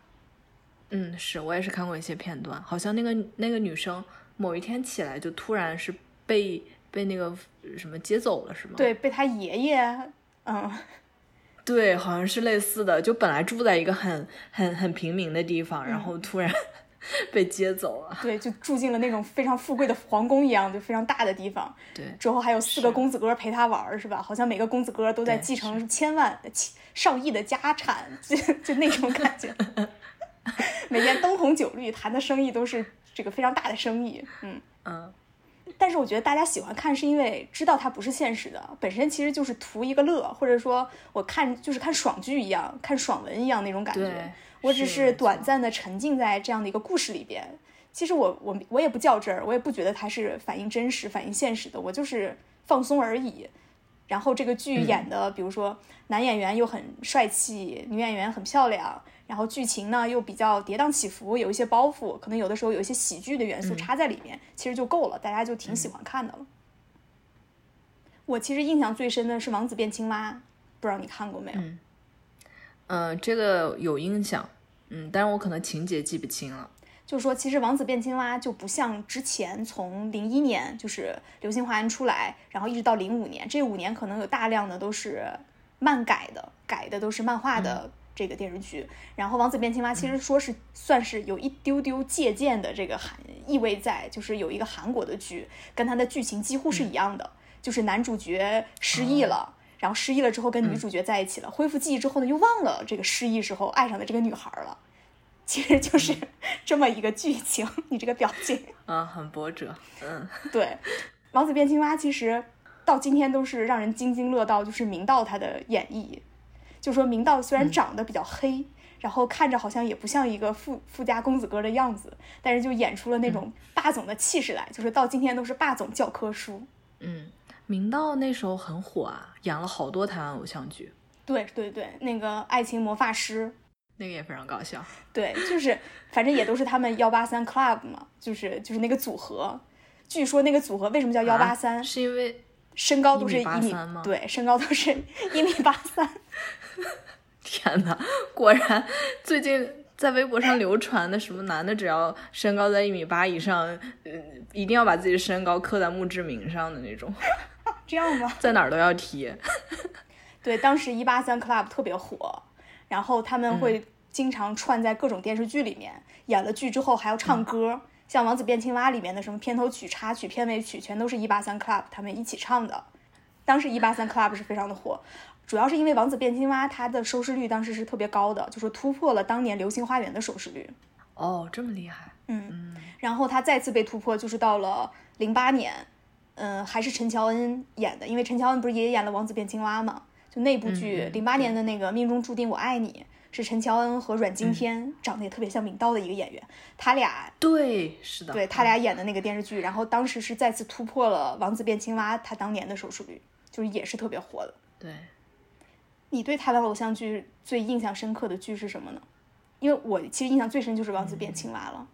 S1: 嗯，是我也是看过一些片段，好像那个那个女生某一天起来就突然是被被那个什么接走了，是吗？
S2: 对，被她爷爷，嗯，
S1: 对，好像是类似的。就本来住在一个很很很平民的地方，然后突然、 [LAUGHS]
S2: 嗯。
S1: 被接走了，
S2: 对，就住进了那种非常富贵的皇宫一样，就非常大的地方。
S1: 对，
S2: 之后还有四个公子哥陪他玩儿，是吧？好像每个公子哥都在继承千万、上亿的家产，就就那种感觉。 [LAUGHS] 每天灯红酒绿，谈的生意都是这个非常大的生意。嗯
S1: 嗯。
S2: 但是我觉得大家喜欢看，是因为知道它不是现实的，本身其实就是图一个乐，或者说我看就是看爽剧一样，看爽文一样那种感觉。我只
S1: 是
S2: 短暂的沉浸在这样的一个故事里边。其实我我我也不较真儿，我也不觉得它是反映真实、反映现实的，我就是放松而已。然后这个剧演的，
S1: 嗯、
S2: 比如说男演员又很帅气，女演员很漂亮，然后剧情呢又比较跌宕起伏，有一些包袱，可能有的时候有一些喜剧的元素插在里面，
S1: 嗯、
S2: 其实就够了，大家就挺喜欢看的了。嗯、我其实印象最深的是《王子变青蛙》，不知道你看过没有？
S1: 嗯、呃，这个有印象，嗯，但是我可能情节记不清了。
S2: 就说，其实《王子变青蛙》就不像之前从零一年就是《流星花园》出来，然后一直到零五年，这五年可能有大量的都是漫改的，改的都是漫画的这个电视剧。然后《王子变青蛙》其实说是算是有一丢丢借鉴的这个韩意味在，就是有一个韩国的剧，跟它的剧情几乎是一样的，就是男主角失忆了。然后失忆了之后跟女主角在一起了，恢复记忆之后呢，又忘了这个失忆之后爱上的这个女孩了，其实就是这么一个剧情。 [LAUGHS] 你这个表情，
S1: 啊，很波折，嗯，
S2: 对，《王子变青蛙》其实到今天都是让人津津乐道，就是明道他的演绎，就说明道虽然长得比较黑，然后看着好像也不像一个富富家公子哥的样子，但是就演出了那种霸总的气势来，就是到今天都是霸总教科书。
S1: 嗯，明道那时候很火啊，演了好多台湾偶像剧，
S2: 对对对，那个爱情魔法师，
S1: 那个也非常搞笑。
S2: 对，就是反正也都是他们幺八三 club 嘛，就是就是那个组合。据说那个组合为什么叫幺八三？
S1: 啊是因为
S2: 身高都是一
S1: 1.83
S2: 米，
S1: 吗
S2: 对，身高都是 [LAUGHS] 一米八三。
S1: [LAUGHS] 天哪，果然最近在微博上流传的什么男的只要身高在一米八以上，呃，一定要把自己的身高刻在墓志铭上的那种，
S2: 这样吧，
S1: 在哪儿都要提。
S2: 对，当时一八三 club 特别火，然后他们会经常串在各种电视剧里面，演了剧之后还要唱歌，像《王子变青蛙》里面的什么片头曲、插曲、片尾曲，全都是一八三 club 他们一起唱的。当时一八三 club 是非常的火，主要是因为《王子变青蛙》它的收视率当时是特别高的，就是突破了当年《流星花园》的收视率。
S1: 哦，这么厉害，
S2: 然后他再次被突破，就是到了零八年，嗯，还是陈乔恩演的，因为陈乔恩不是也演了《王子变青蛙》嘛，就那部
S1: 嗯
S2: 剧零八年的那个《命中注定我爱你》是陈乔恩和阮
S1: 嗯
S2: 经天，长得也特别像明道的一个演员，他俩
S1: 对，是的，嗯
S2: 对他俩演的那个电视剧，然后当时是再次突破了《王子变青蛙》他当年的收视率，就是也是特别火的。
S1: 对，
S2: 你对台湾偶像剧最印象深刻的剧是什么呢？因为我其实印象最深就是《王子变青蛙》了。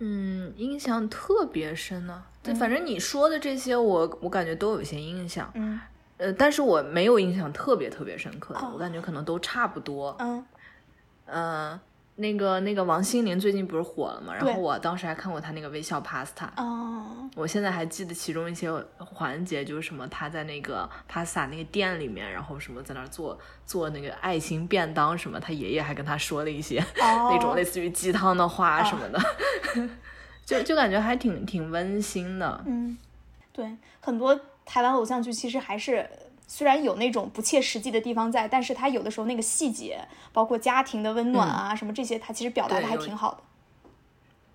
S1: 嗯，印象特别深呢、对，反正你说的这些我，我感觉都有一些印象，
S2: 嗯
S1: 呃，但是我没有印象特别特别深刻的，
S2: 哦
S1: 我感觉可能都差不多。
S2: 嗯
S1: 嗯，那个那个王心凌最近不是火了嘛？然
S2: 对
S1: 后我当时还看过她那个微笑 Pasta，
S2: 哦
S1: 我现在还记得其中一些环节，就是什么她在那个 Pasta 那个店里面，然后什么在那儿做做那个爱心便当什么，她爷爷还跟她说了一些、
S2: 哦
S1: [LAUGHS] 那种类似于鸡汤的话什么的， [LAUGHS] 就就感觉还挺挺温馨的。
S2: 嗯，对，很多台湾偶像剧其实还是虽然有那种不切实际的地方在，但是它有的时候那个细节，包括家庭的温暖啊、什么这些，它其实表达
S1: 嗯
S2: 的
S1: 对
S2: 还
S1: 有
S2: 挺好的。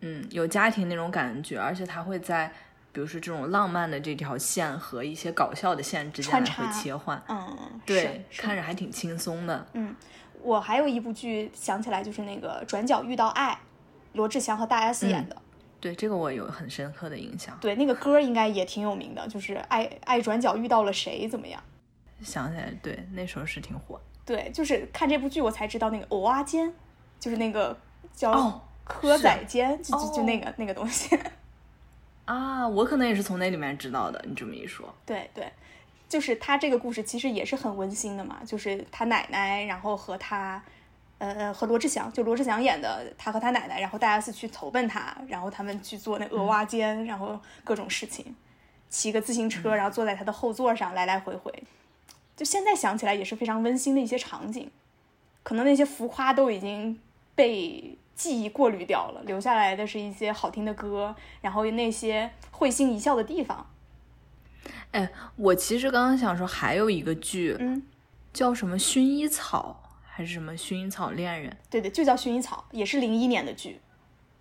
S1: 嗯，有家庭那种感觉，而且她会在。比如说这种浪漫的这条线和一些搞笑的线之间
S2: 穿
S1: 来回
S2: 插
S1: 切换，
S2: 嗯，
S1: 对，
S2: 是
S1: 看
S2: 是。
S1: 着还挺轻松的。
S2: 我还有一部剧想起来就是那个《转角遇到爱》，罗志祥和大 S 演
S1: 嗯
S2: 的。
S1: 对，这个我有很深刻的印象。
S2: 对，那个歌应该也挺有名的，就是爱爱转角遇到了谁怎么样？
S1: 想起来，对，那时候是挺火。
S2: 对，就是看这部剧我才知道那个偶啊间，就是那个
S1: 哦
S2: 叫蚵
S1: 是
S2: 仔煎，就就就
S1: 哦
S2: 那个、那个东西。
S1: 啊，我可能也是从那里面知道的。你这么一说，
S2: 对对，就是他这个故事其实也是很温馨的嘛，就是他奶奶，然后和他，呃，和罗志祥，就罗志祥演的，他和他奶奶，然后大 S 去投奔他，然后他们去做那鹅蛙间，然后各种事情，骑个自行车，然后坐在他的后座上来来回回，就现在想起来也是非常温馨的一些场景，可能那些浮夸都已经被记忆过滤掉了，留下来的是一些好听的歌，然后那些会心一笑的地方，
S1: 哎，我其实刚刚想说，还有一个剧、
S2: 嗯。
S1: 叫什么《薰衣草》还是什么《薰衣草恋人》？
S2: 对对，就叫《薰衣草》，也是零一年的剧。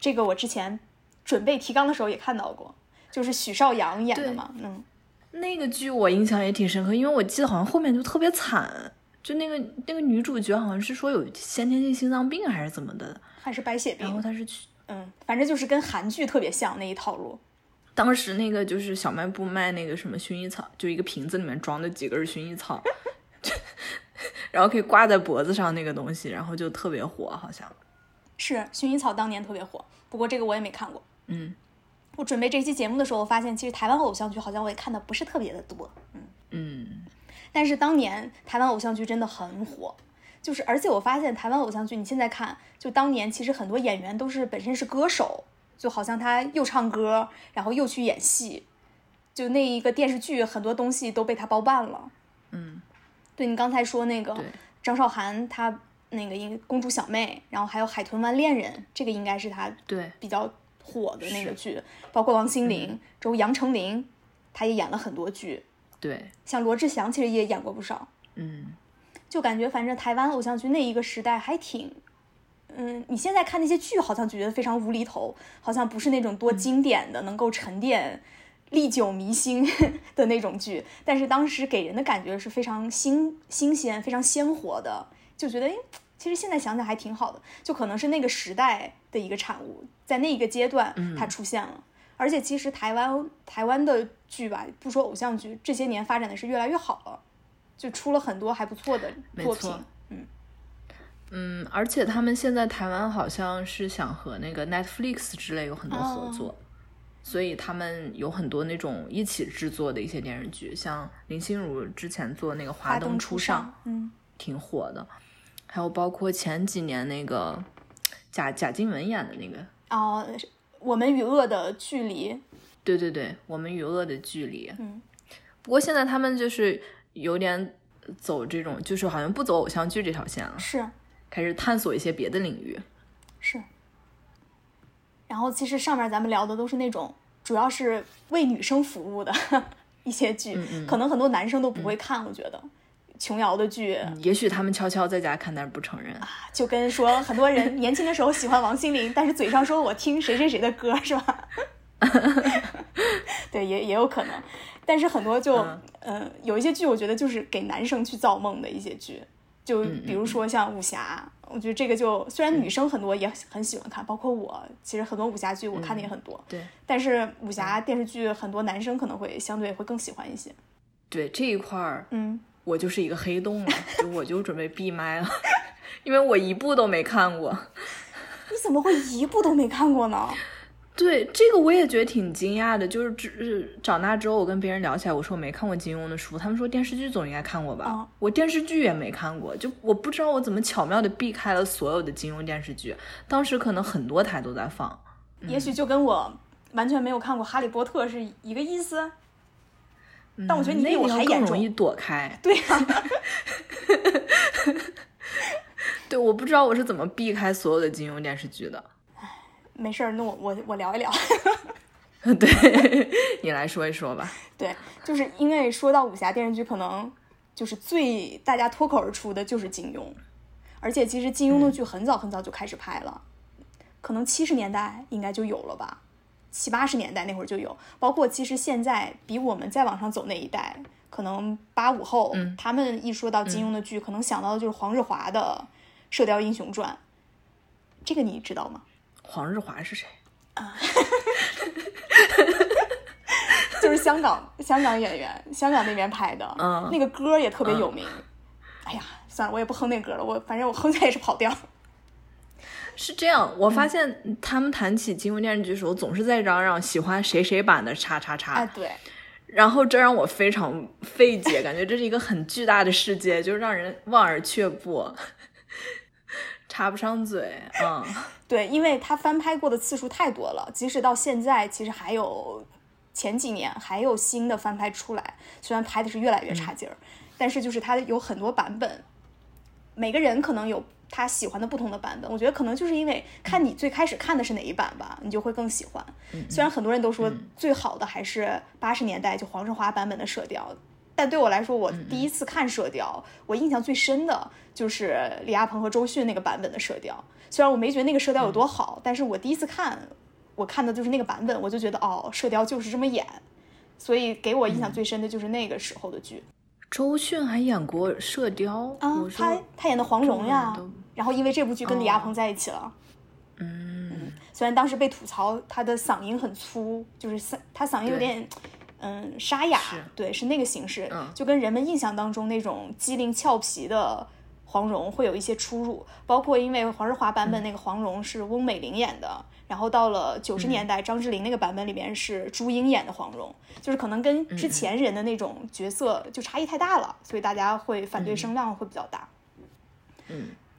S2: 这个我之前准备提纲的时候也看到过，就是许绍洋演的嘛。嗯，
S1: 那个剧我印象也挺深刻，因为我记得好像后面就特别惨，就那个那个女主角好像是说有先天性心脏病还是怎么的，
S2: 还是白血
S1: 然后
S2: 病。
S1: 她是去
S2: 嗯，反正就是跟韩剧特别像那一套路。
S1: 当时那个就是小卖部卖那个什么薰衣草，就一个瓶子里面装的几根薰衣草，然后可以挂在脖子上那个东西，然后就特别火，好像。
S2: 是《薰衣草》当年特别火，不过这个我也没看过。
S1: 嗯，
S2: 我准备这期节目的时候，我发现其实台湾偶像剧好像我也看的不是特别的多。
S1: 嗯，
S2: 但是当年台湾偶像剧真的很火，就是而且我发现台湾偶像剧，你现在看，就当年其实很多演员都是本身是歌手，就好像他又唱歌，然后又去演戏，就那一个电视剧很多东西都被他包办了。
S1: 嗯，
S2: 对你刚才说那个
S1: 对
S2: 张韶涵，她那个应公主小妹，然后还有海豚湾恋人，这个应该是她
S1: 对
S2: 比较火的那个剧，包括王心凌、之后杨丞琳，她也演了很多剧，
S1: 对，
S2: 像罗志祥其实也演过不少，
S1: 嗯，
S2: 就感觉反正台湾偶像剧那一个时代还挺。嗯，你现在看那些剧，好像觉得非常无厘头，好像不是那种多
S1: 嗯
S2: 经典的、能够沉淀、历久弥新 [LAUGHS] 的那种剧。但是当时给人的感觉是非常新、新鲜、非常鲜活的，就觉得，哎，其实现在想想还挺好的。就可能是那个时代的一个产物，在那一个阶段
S1: 嗯
S2: 它出现了。而且其实台湾台湾的剧吧，不说偶像剧，这些年发展的是越来越好了，就出了很多还不错的
S1: 没
S2: 作品
S1: 错。嗯，而且他们现在台湾好像是想和那个 Netflix 之类有很多合作，所以他们有很多那种一起制作的一些电视剧，像林心如之前做那个《华灯初上》
S2: 上，嗯，
S1: 挺火的，还有包括前几年那个贾贾静雯演的那个，
S2: 哦，我们与恶的距离，
S1: 对对对，《我们与恶的距离》。
S2: 嗯，
S1: 不过现在他们就是有点走这种，就是好像不走偶像剧这条线了，
S2: 是
S1: 开始探索一些别的领域。
S2: 是。然后其实上面咱们聊的都是那种主要是为女生服务的 [LAUGHS] 一些剧，可能很多男生都不会看，我觉得。琼瑶的剧、
S1: 嗯也许他们悄悄在家看，但是不承认。
S2: 就跟说很多人年轻的时候喜欢王心凌，但是嘴上说我听谁谁谁的歌是吧？ [LAUGHS] 对，也也有可能，但是很多就嗯、呃有一些剧我觉得就是给男生去造梦的一些剧，就比如说像武侠，我觉得这个就虽然女生很多也很喜欢看，包括我，其实很多武侠剧我看的也很多，
S1: 对
S2: 但是武侠电视剧很多男生可能会相对会更喜欢一些，
S1: 对，这一块儿
S2: 嗯，
S1: 我就是一个黑洞了，就我就准备闭麦了， [LAUGHS] 因为我一部都没看过。
S2: 你怎么会一部都没看过呢？
S1: 对这个我也觉得挺惊讶的，就是只是长大之后，我跟别人聊起来，我说我没看过金庸的书，他们说电视剧总应该看过吧，
S2: 哦
S1: 我电视剧也没看过，就我不知道我怎么巧妙的避开了所有的金庸电视剧，当时可能很多台都在放，
S2: 也许就跟我完全没有看过《哈利波特》是一个意思。但我觉得你比我
S1: 嗯那个
S2: 还
S1: 要更
S2: 严
S1: 容易
S2: 重。
S1: 躲开，
S2: 对啊， [LAUGHS]
S1: 对，我不知道我是怎么避开所有的金庸电视剧的， [LAUGHS]
S2: 没事儿，那我我我聊一聊。
S1: 对 [LAUGHS] 你来说一说吧，
S2: 对，就是因为说到武侠电视剧，可能就是最大家脱口而出的就是金庸，而且其实金庸的剧很早很早就开始拍了，可能七十年代应该就有了吧，七八十年代那会儿就有，包括其实现在比我们再往上走那一代，可能八五后，他们一说到金庸的剧，可能想到的就是黄日华的《射雕英雄传》，这个你知道吗？
S1: 黄日华是谁？
S2: 就是香港香港演员，香港那边拍的，
S1: 嗯
S2: 那个歌也特别有名。哎呀，算了，我也不哼那歌了，我反正我哼起来也是跑调。
S1: 是这样，我
S2: 嗯
S1: 发现他们谈起金庸电视剧的时候，总是在嚷嚷喜欢谁谁版的叉叉叉，
S2: 哎，对，
S1: 然后这让我非常费解，感觉这是一个很巨大的世界，就是让人望而却步，插不上嘴。嗯，
S2: 对，因为他翻拍过的次数太多了，即使到现在，其实还有前几年还有新的翻拍出来，虽然拍的是越来越差劲儿，但是就是它有很多版本，每个人可能有他喜欢的不同的版本。我觉得可能就是因为看你最开始看的是哪一版吧，你就会更喜欢。虽然很多人都说最好的还是八十年代就黄日华版本的《射雕》。但对我来说，我
S1: 嗯
S2: 第一次看《射雕》，我印象最深的就是李亚鹏和周迅那个版本的《射雕》。虽然我没觉得那个《射雕》
S1: 嗯
S2: 有多好，但是我第一次看，我看的就是那个版本，我就觉得哦，《射雕》就是这么演，所以给我
S1: 嗯
S2: 印象最深的就是那个时候的剧。
S1: 周迅还演过《射雕》
S2: 啊
S1: 我，
S2: 他
S1: 说
S2: 他演的黄蓉呀
S1: 这种人都，
S2: 然后因为这部剧跟李亚鹏在一起了。
S1: 哦嗯，
S2: 虽然当时被吐槽他的嗓音很粗，就是嗓他嗓音有点嗯沙哑，
S1: 是
S2: 对，是那个形式，
S1: 嗯
S2: 就跟人们印象当中那种机灵俏皮的黄蓉会有一些出入。包括因为黄日华
S1: 嗯
S2: 版本那个黄蓉是翁美玲演的，然后到了九
S1: 嗯
S2: 十年代、张智霖那个版本里面是朱茵演的黄蓉，就是可能跟
S1: 嗯
S2: 之前人的那种角色就差异太大了，所以大家会反
S1: 嗯
S2: 对声浪会比较大。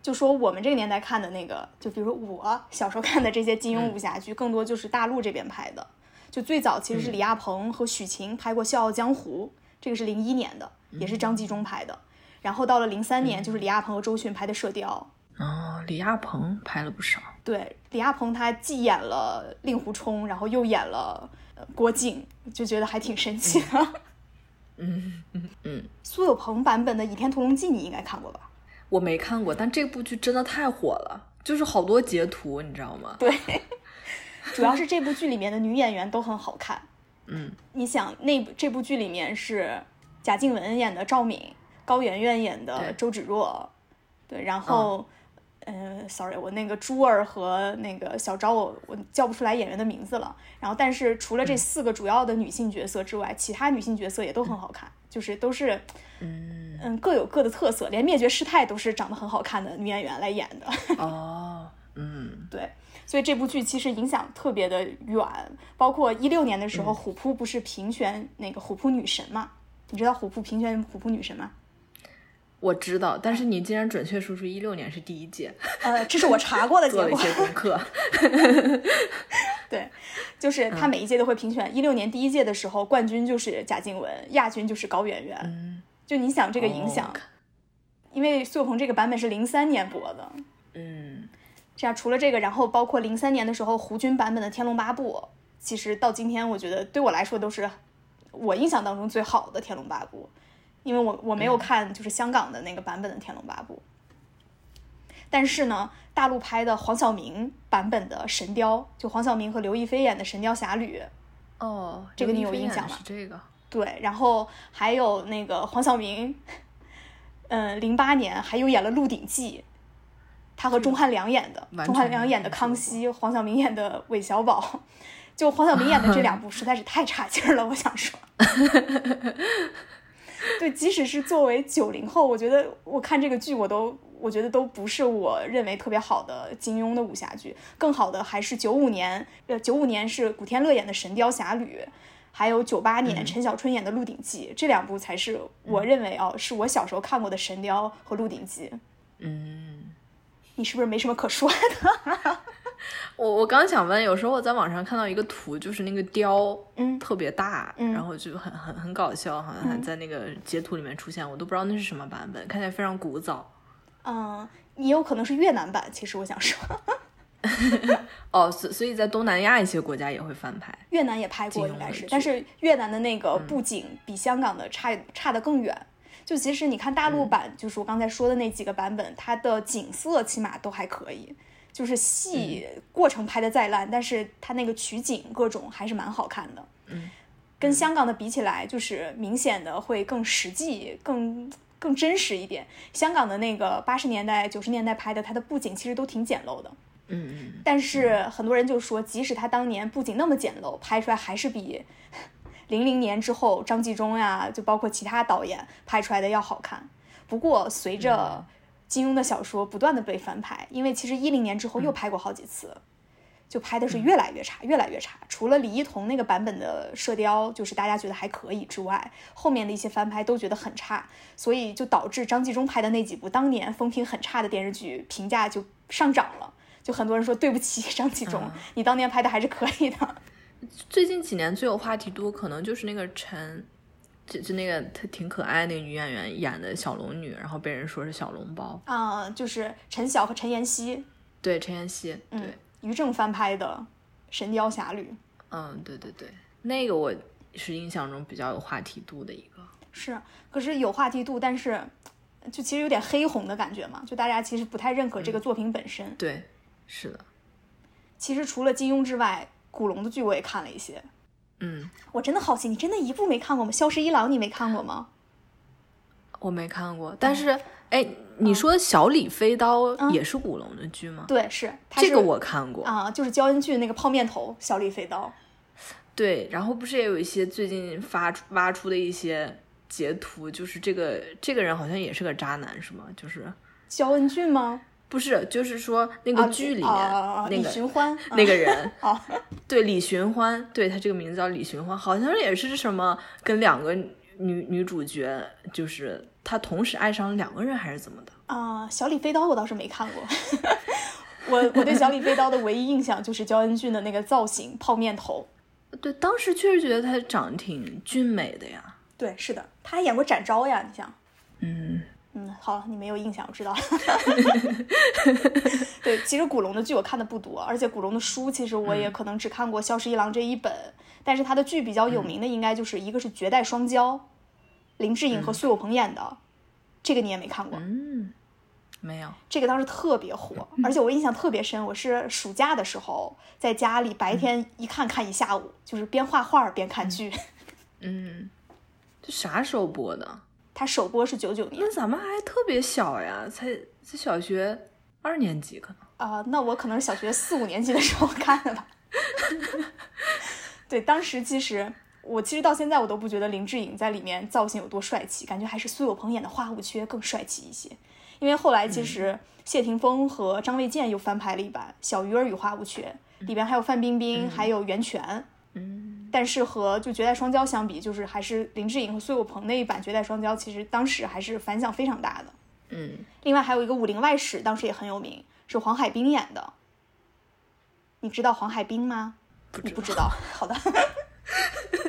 S2: 就说我们这个年代看的那个，就比如说我小时候看的这些金庸武
S1: 嗯
S2: 侠剧，更多就是大陆这边拍的。就最早其实
S1: 嗯
S2: 是李亚鹏和许晴拍过《笑傲江湖》，这个是
S1: 嗯
S2: 零一年的，也是张纪中拍的。然后到了零三年，就是李亚鹏和周迅拍的《射雕》，
S1: 哦，李亚鹏拍了不少。
S2: 对，李亚鹏他既演了令狐冲，然后又演了、呃、郭靖，就觉得还挺神奇的。
S1: 嗯嗯嗯，
S2: [LAUGHS] 苏有朋版本的《倚天屠龙记》你应该看过吧？
S1: 我没看过，但这部剧真的太火了，就是好多截图，你知道吗？[LAUGHS]
S2: [LAUGHS] 对，主要是这部剧里面的女演员都很好看。
S1: 嗯，
S2: 你想，那部这部剧里面是贾静雯演的赵敏，高圆圆演的周芷若，对，然后，嗯、呃，sorry，我那个珠儿和那个小昭，我我叫不出来演员的名字了。然后，但是
S1: 嗯
S2: 除了这四个主要的女性角色之外，其他女性角色也都很好看，就是都是，
S1: 嗯
S2: 嗯，各有各的特色，连灭绝师太都是长得很好看的女演员来演的。
S1: 哦，嗯，
S2: 对，所以这部剧其实影响特别的远，包括一六年的
S1: 嗯
S2: 时候，虎扑不是评选那个虎扑女神嘛？你知道虎扑评选虎扑女神吗？
S1: 我知道，但是你竟然准确说出一六年是第一届，
S2: 呃，这是我查过的结
S1: [LAUGHS] 做了一
S2: 果。
S1: 些功课。
S2: 对，就是
S1: 嗯
S2: 他每一届都会评选。一六年第一届的时候，冠军就是贾静雯，亚军就是高圆圆。
S1: 嗯
S2: 就你想这个影响
S1: 哦，
S2: 因为苏有朋这个版本是零三年播的，
S1: 嗯
S2: 这样除了这个，然后包括零三年的时候胡军版本的《天龙八部》，其实到今天我觉得对我来说都是我印象当中最好的《天龙八部》，因为我我没有看就是香港的那个版本的《天龙八部》，但是呢，大陆拍的黄晓明版本的《神雕》，就黄晓明和刘亦菲演的《神雕侠侣》，
S1: 哦，
S2: 这个你
S1: 刘亦
S2: 有
S1: 菲
S2: 印
S1: 演
S2: 象
S1: 的
S2: 吗
S1: 是这个
S2: 对，然后还有那个黄晓明，嗯，零八年还有演了《鹿鼎记》，他和钟汉良演的，
S1: 完
S2: 钟汉
S1: 全
S2: 良
S1: 没
S2: 演的
S1: 听
S2: 康熙，黄晓明演的韦小宝， [LAUGHS] 就黄晓明演的这
S1: [LAUGHS]
S2: 两部实在是太差劲儿了，我想说。对，即使是作为九零后，我觉得我看这个剧，我都我觉得都不是我认为特别好的金庸的武侠剧，更好的还是九五年，呃，九五年是古天乐演的《神雕侠侣》，还有九八年陈小春演的《鹿鼎记》，这两部才是我认为哦，是我小时候看过的《神雕》和《鹿鼎记》。
S1: 嗯。
S2: 你是不是没什么可说的？
S1: 我我刚想问，有时候我在网上看到一个图，就是那个雕，
S2: 嗯
S1: 特别大，
S2: 嗯
S1: 然后就很很很搞笑，好像还在那个截图里面出现，我都不知道那是什么版本，看起来非常古早。
S2: 嗯，也有可能是越南版。其实我想说，
S1: 哦，所所以在东南亚一些国家也会翻拍。
S2: 越南也拍
S1: 金庸
S2: 过，应该
S1: 的
S2: 是
S1: 剧，嗯
S2: 但是越南的那个布景比香港的差差得更远。就其实你看大
S1: 嗯
S2: 陆版，就是我刚才说的那几个版本，它的景色起码都还可以，就是戏
S1: 嗯
S2: 过程拍的再烂，但是它那个取景各种还是蛮好看的。
S1: 嗯，
S2: 跟香港的比起来，就是明显的会更实际、更更真实一点。香港的那个八十年代、九十年代拍的，它的布景其实都挺简陋的。
S1: 嗯嗯，
S2: 但是很多人就说，即使他当年布景那么简陋，拍出来还是比 [LAUGHS] 零零年之后张纪中呀，就包括其他导演拍出来的要好看。不过随着金庸的小说不断的被翻拍，因为其实一零年之后又拍过好几次，就拍的是越来越差，越来越差。除了李一桐那个版本的《射雕》，就是大家觉得还可以之外，后面的一些翻拍都觉得很差，所以就导致张纪中拍的那几部当年风评很差的电视剧评价就上涨了。就很多人说对不起张纪中，你当年拍的还是可以 [LAUGHS] 的。
S1: 最近几年最有话题度，可能就是那个陈，就就那个她挺可爱那个女演员演的小龙女，然后被人说是小笼包。
S2: 啊、就是陈晓和陈妍希，
S1: 对，陈妍希，对，
S2: 嗯，于正翻拍的《神雕侠侣》
S1: 嗯，对对对，那个我是印象中比较有话题度的一个。
S2: 是，可是有话题度，但是就其实有点黑红的感觉嘛，就大家其实不太认可这个作品本身。
S1: 对，是的，
S2: 其实除了金庸之外，古龙的剧我也看了一些。
S1: 嗯。
S2: 我真的好奇，你真的一部没看过吗？《萧十一郎》你没看过吗？
S1: 我没看过，但是哎，你说小李飞刀也是古龙的剧吗？
S2: 嗯对，是，他
S1: 这
S2: 是
S1: 个我看过。
S2: 啊、就是焦恩俊那个泡面头小李飞刀。
S1: 对，然后不是也有一些最近发出挖出的一些截图，就是这个这个人好像也是个渣男，是吗？就是
S2: 焦恩俊吗？
S1: 不是，就是说那
S2: 呃
S1: 个剧里面、
S2: 啊、
S1: 那
S2: 李
S1: 个
S2: 寻欢、啊
S1: 那个人，
S2: 哦
S1: 对李寻欢，对他这个名字叫李寻欢，好像也是什么跟两个女女主角，就是他同时爱上了两个人还是怎么的？
S2: 啊、小李飞刀我倒是没看过。 [LAUGHS] 我我对小李飞刀的唯一印象就是焦恩俊的那个造型，泡面头。
S1: 呃对，当时确实觉得他长得挺俊美的呀。
S2: 对，是的，他还演过展昭呀，你想，
S1: 嗯，
S2: 嗯，好了，你没有印象，我知道了。对，其实古龙的剧我看的不多，而且古龙的书其实我也可能只看过《萧十一郎》这一本，但是他的剧比较有名的应该就是、一个是《绝代双骄》，林志颖和苏有朋演的，这个你也没看过。
S1: 嗯，没有，
S2: 这个当时特别火，而且我印象特别深。我是暑假的时候在家里白天一看看一下午，就是边画画儿边看剧。 [LAUGHS]
S1: 嗯，这啥时候播的？
S2: 它首播是九九年
S1: 那咱们还特别小呀，才才小学二年级可能。
S2: 啊、那我可能是小学四五年级的时候看的吧。 [LAUGHS] 对，当时其实我其实到现在我都不觉得林志颖在里面造型有多帅气，感觉还是苏有朋演的《花无缺》更帅气一些。因为后来其实谢霆锋和张卫健又翻拍了一版《小鱼儿与花无缺》，里边还有范冰冰，还有袁泉。
S1: 嗯
S2: 但是和就《绝代双骄》相比，就是还是林志颖和苏有朋那一版《绝代双骄》，其实当时还是反响非常大的。
S1: 嗯，
S2: 另外还有一个《武林外史》，当时也很有名，是黄海冰演的。你知道黄海冰吗？
S1: 不
S2: 你
S1: 知
S2: 不
S1: 道。
S2: 知道。好的。 [LAUGHS] 《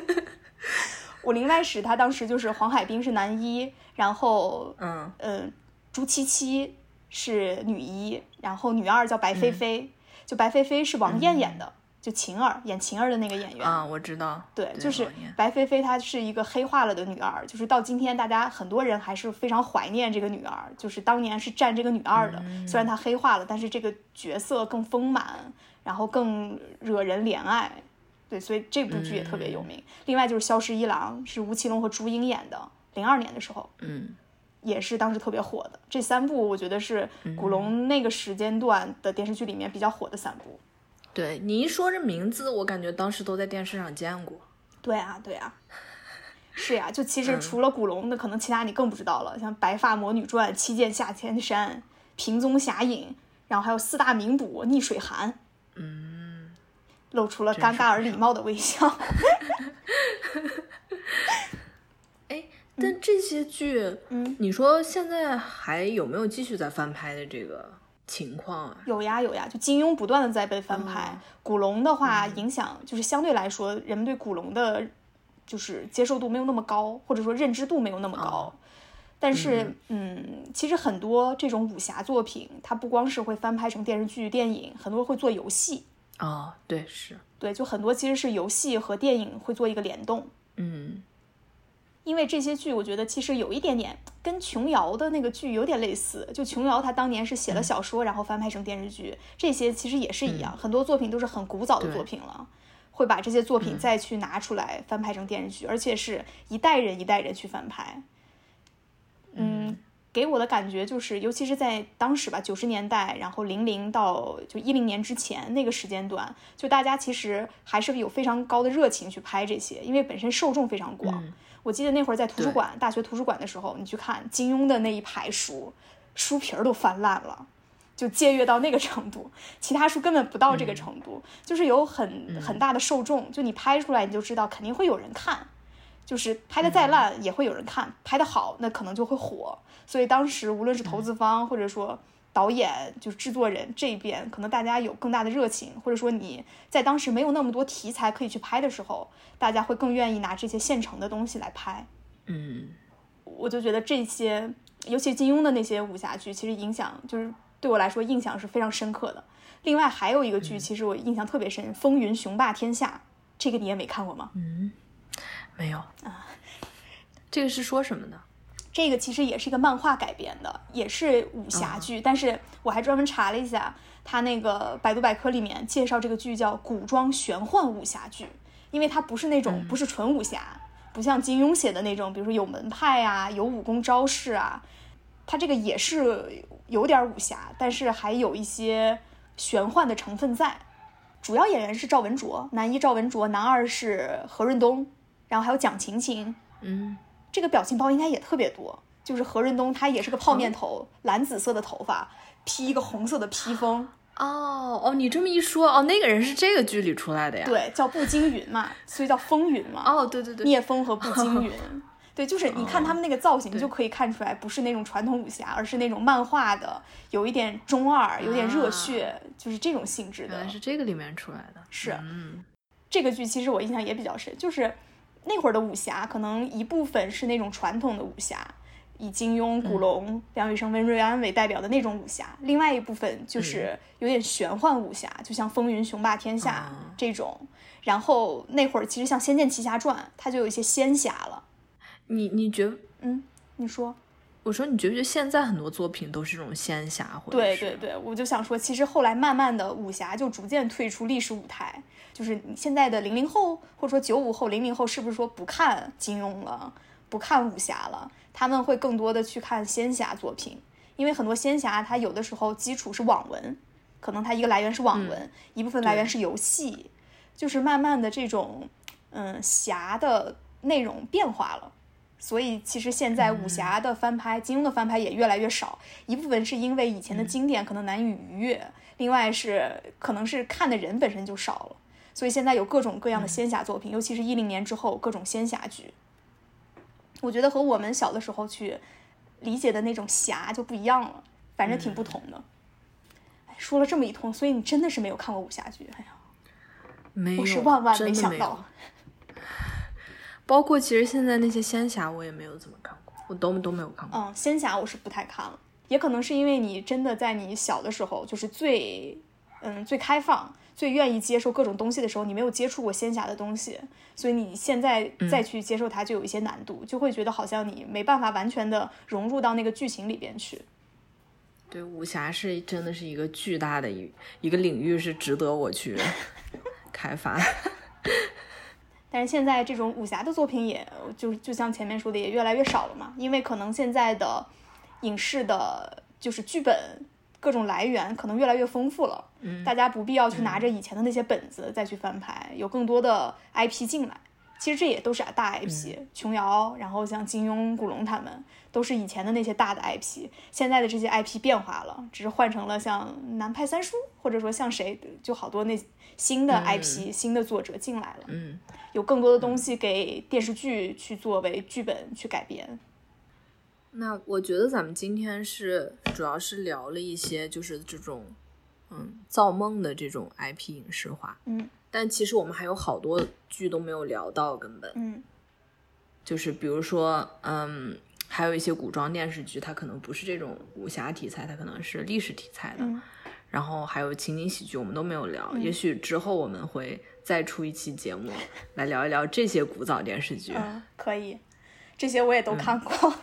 S2: 武林外史》他当时就是黄海冰是男一，然后
S1: 嗯
S2: 呃朱七七是女一，然后女二叫白菲菲，
S1: 嗯
S2: 就白菲菲是王艳演的，就晴儿演晴儿的那个演员。
S1: 啊，我知道。
S2: 对，就是
S1: 王艳
S2: 白菲菲，她是一个黑化了的女二，就是到今天，大家很多人还是非常怀念这个女二，就是当年是站这个女二的。虽然她黑化了，但是这个角色更丰满，然后更惹人怜爱。对，所以这部剧也特别有名。另外就是《萧十一郎》，是吴奇隆和朱茵演的，零二年的时候
S1: 嗯
S2: 也是当时特别火的。这三部我觉得是古龙那个时间段的电视剧里面比较火的三部。
S1: 对你一说这名字，我感觉当时都在电视上见过。
S2: 对啊，对啊，是呀、就其实除了古龙的，可能其他你更不知道了，像《白发魔女传》《七剑下天山》《萍踪侠影》，然后还有四大名捕《逆水寒》，嗯，露出了尴尬而礼貌的微笑。
S1: 哎，但这些剧，
S2: 嗯，
S1: 你说现在还有没有继续在翻拍的这个情况啊？
S2: 有呀有呀，就金庸不断的在被翻拍，古龙的话影响就是相对来说，人们对古龙的，就是接受度没有那么高，或者说认知度没有那么高。但是，嗯其实很多这种武侠作品，它不光是会翻拍成电视剧、电影，很多会做游戏。
S1: 哦，对，是，
S2: 对，就很多其实是游戏和电影会做一个联动。
S1: 嗯
S2: 因为这些剧，我觉得其实有一点点跟琼瑶的那个剧有点类似。就琼瑶她当年是写了小说，然后翻拍成电视剧，这些其实也是一样，很多作品都是很古早的
S1: 对
S2: 作品了，会把这些作品再去拿出来翻拍成电视剧，而且是一代人一代人去翻拍。嗯，给我的感觉就是，尤其是在当时吧，九十年代，然后零零到就一零年之前那个时间段，就大家其实还是有非常高的热情去拍这些，因为本身受众非常广。我记得那会儿在图书馆，大学图书馆的时候，你去看金庸的那一排书，书皮儿都翻烂了。就借阅到那个程度，其他书根本不到这个程度，就是有很很大的受众，就你拍出来你就知道肯定会有人看，就是拍的再烂也会有人看，拍的好那可能就会火。所以当时无论是投资方或者说导演，就是制作人这边，可能大家有更大的热情，或者说你在当时没有那么多题材可以去拍的时候，大家会更愿意拿这些现成的东西来拍。
S1: 嗯
S2: 我就觉得这些，尤其金庸的那些武侠剧，其实影响就是对我来说印象是非常深刻的。另外还有一个剧，其实我印象特别深，《风云雄霸天下》，这个你也没看过吗？
S1: 嗯，没有啊。这个是说什么的？
S2: 这个其实也是一个漫画改编的，也是武侠剧，但是我还专门查了一下，它那个百度百科里面介绍这个剧叫古装玄幻武侠剧，因为它不是那种不是纯武侠，不像金庸写的那种，比如说有门派啊，有武功招式啊，它这个也是有点武侠，但是还有一些玄幻的成分在。主要演员是赵文卓，男一赵文卓，男二是何润东，然后还有蒋勤勤，
S1: 嗯，
S2: 这个表情包应该也特别多。就是何润东，他也是个泡
S1: 嗯
S2: 面头，蓝紫色的头发，披一个红色的
S1: 啊
S2: 披风，
S1: 哦哦，你这么一说，哦，那个人是这个剧里出来的呀？，
S2: 对，叫步惊云嘛，所以叫风云嘛，
S1: 哦，对对对，
S2: 聂风和步惊
S1: [LAUGHS]
S2: 云。对，就是你看他们那个造型，就可以看出来不是那种传统武侠，而是那种漫画的，有一点中二，有点热血，就是这种性质
S1: 啊原
S2: 的
S1: 来。是这个里面出来的。
S2: 是
S1: 嗯
S2: 这个剧其实我印象也比较深，就是那会儿的武侠，可能一部分是那种传统的武侠，以金庸、古龙、梁羽生、温瑞安为代表的那种武侠；另外一部分就是有点玄幻武侠，就像《风云雄霸天下》这种。然后那会儿其实像《仙剑奇侠传》，它就有一些仙侠了。
S1: 你你觉，
S2: 嗯，你说？
S1: 我说你觉不觉得现在很多作品都是这种仙侠，或者
S2: 对
S1: 是
S2: 对对，我就想说，其实后来慢慢的武侠就逐渐退出历史舞台，就是你现在的零零后或者说九五后、零零后，是不是说不看金庸了，不看武侠了，他们会更多的去看仙侠作品，因为很多仙侠它有的时候基础是网文，可能它一个来源是网文，一部分来源是游戏，就是慢慢的这种嗯侠的内容变化了。所以其实现在武侠的翻拍、金庸的翻拍也越来越少，一部分是因为以
S1: 嗯
S2: 前的经典可能难以逾越，另外是可能是看的人本身就少了，所以现在有各种各
S1: 嗯
S2: 样的仙侠作品，尤其是一零年之后各种仙侠剧，我觉得和我们小的时候去理解的那种侠就不一样了，反正
S1: 嗯
S2: 挺不同的。哎，说了这么一通，所以你真的是没有看过武侠剧，哎呀，
S1: 没有，
S2: 我是万万
S1: 真
S2: 没
S1: 的
S2: 想
S1: 有
S2: 到。
S1: 包括其实现在那些仙侠，我也没有怎么看过，我都都没有看过。
S2: 嗯，仙侠我是不太看了，也可能是因为你真的在你小的时候，就是最嗯最开放、最愿意接受各种东西的时候，你没有接触过仙侠的东西，所以你现在再去接受它就有一些难度，就会觉得好像你没办法完全的融入到那个剧情里边去。
S1: 对，武侠是真的是一个巨大的一一个领域，是值得我 [LAUGHS] 去开发 [LAUGHS] 的。
S2: 但是现在这种武侠的作品也，就就像前面说的，也越来越少了嘛。因为可能现在的影视的，就是剧本各种来源，可能越来越丰富了。嗯，大家不必要去拿着以前的那些本子再去翻拍，有更多的 IP 进来。其实这也都是大 IP，、琼瑶，然后像金庸、古龙他们，都是以前的那些大的 IP。现在的这些 IP 变化了，只是换成了像南派三叔，或者说像谁，就好多那新的 IP、新的作者进来了。
S1: 嗯，
S2: 有更多的东西给电视剧去作为剧本去改编。
S1: 那我觉得咱们今天是主要是聊了一些就是这种嗯造梦的这种 IP 影视化，
S2: 嗯
S1: 但其实我们还有好多剧都没有聊到，根本
S2: 嗯
S1: 就是比如说嗯。还有一些古装电视剧，它可能不是这种武侠题材，它可能是历史题材的。
S2: 嗯，
S1: 然后还有情景喜剧，我们都没有聊。也许之后我们会再出一期
S2: [LAUGHS]
S1: 节目来聊一聊这些古早电视剧。
S2: 嗯，可以，这些我也都看过。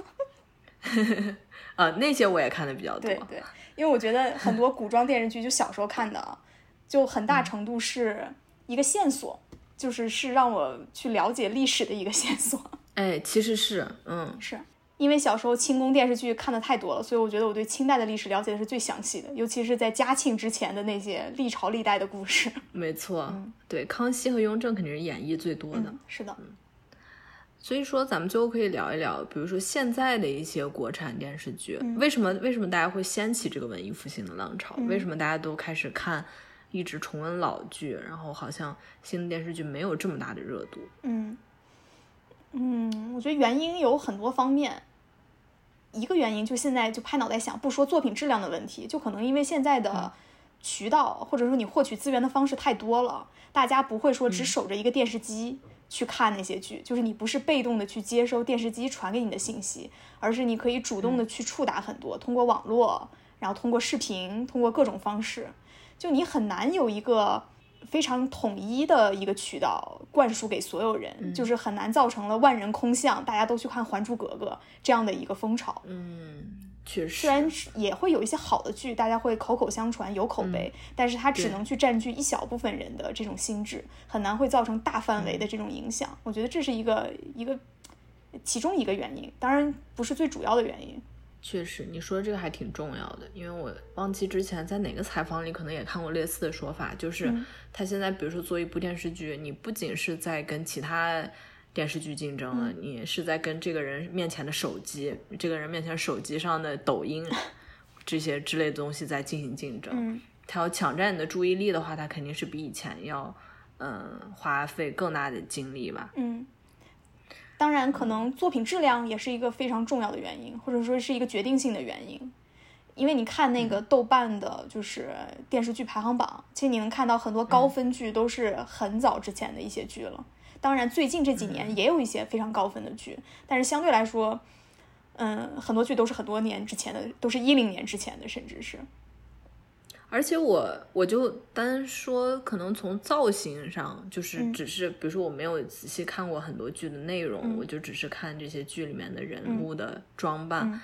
S1: 呃，那些我也看的比较多
S2: [LAUGHS] 对。对，因为我觉得很多古装电视剧，就小时候看的啊，就很大程度是一个线索，就是是让我去了解历史的一个线索。 [LAUGHS]
S1: 哎，其实是，嗯，
S2: 是因为小时候清宫电视剧看的太多了，所以我觉得我对清代的历史了解的是最详细的，尤其是在嘉庆之前的那些历朝历代的故事。
S1: 没错，对，康熙和雍正肯定是演绎最多的。
S2: 嗯， [LAUGHS] 是的，
S1: 所以说，咱们最后可以聊一聊，比如说现在的一些国产电视剧，
S2: 嗯
S1: 为什么为什么大家会掀起这个文艺复兴的浪潮？
S2: 嗯
S1: 为什么大家都开始看，一直重温老剧，然后好像新的电视剧没有这么大的热度？
S2: 嗯，嗯，我觉得原因有很多方面。一个原因就现在就拍脑袋想，不说作品质量的问题，就可能因为现在的渠道或者说你获取资源的方式太多了，大家不会说只守着一个电视机去看那些剧，就是你不是被动的去接收电视机传给你的信息，而是你可以主动的去触达很多，通过网络，然后通过视频，通过各种方式，就你很难有一个非常统一的一个渠道灌输给所有人，
S1: 嗯
S2: 就是很难造成了万人空巷，大家都去看《还珠格格》这样的一个风潮。
S1: 嗯，确实，
S2: 虽然是也会有一些好的剧，大家会口口相传，有口碑，但是它
S1: 嗯
S2: 只
S1: 对
S2: 能去占据一小部分人的这种心智，很难会造成大范围的
S1: 嗯
S2: 这种影响。我觉得这是一个一个其中一个原因，当然不是最主要的原因。
S1: 确实，你说这个还挺重要的，因为我忘记之前在哪个采访里可能也看过类似的说法，就是他现在比如说做一部电视剧，你不仅是在跟其他电视剧竞争了，你是在跟这个人面前的手机，这个人面前手机上的抖音这些之类的东西在进行竞争。
S2: 嗯
S1: 他要抢占你的注意力的话，他肯定是比以前要嗯花费更大的精力吧。
S2: 嗯，当然，可能作品质量也是一个非常重要的原因，或者说是一个决定性的原因。因为你看那个豆瓣的，就是电视剧排行榜，其实你能看到很多高分剧都是很早之前的一些剧了。当然，最近这几年也有一些非常高分的剧，但是相对来说，嗯，很多剧都是很多年之前的，都是一零年之前的，甚至是。
S1: 而且我我就单说，可能从造型上，就是只是、比如说我没有仔细看过很多剧的内容，我就只是看这些剧里面的人物的装扮，
S2: 嗯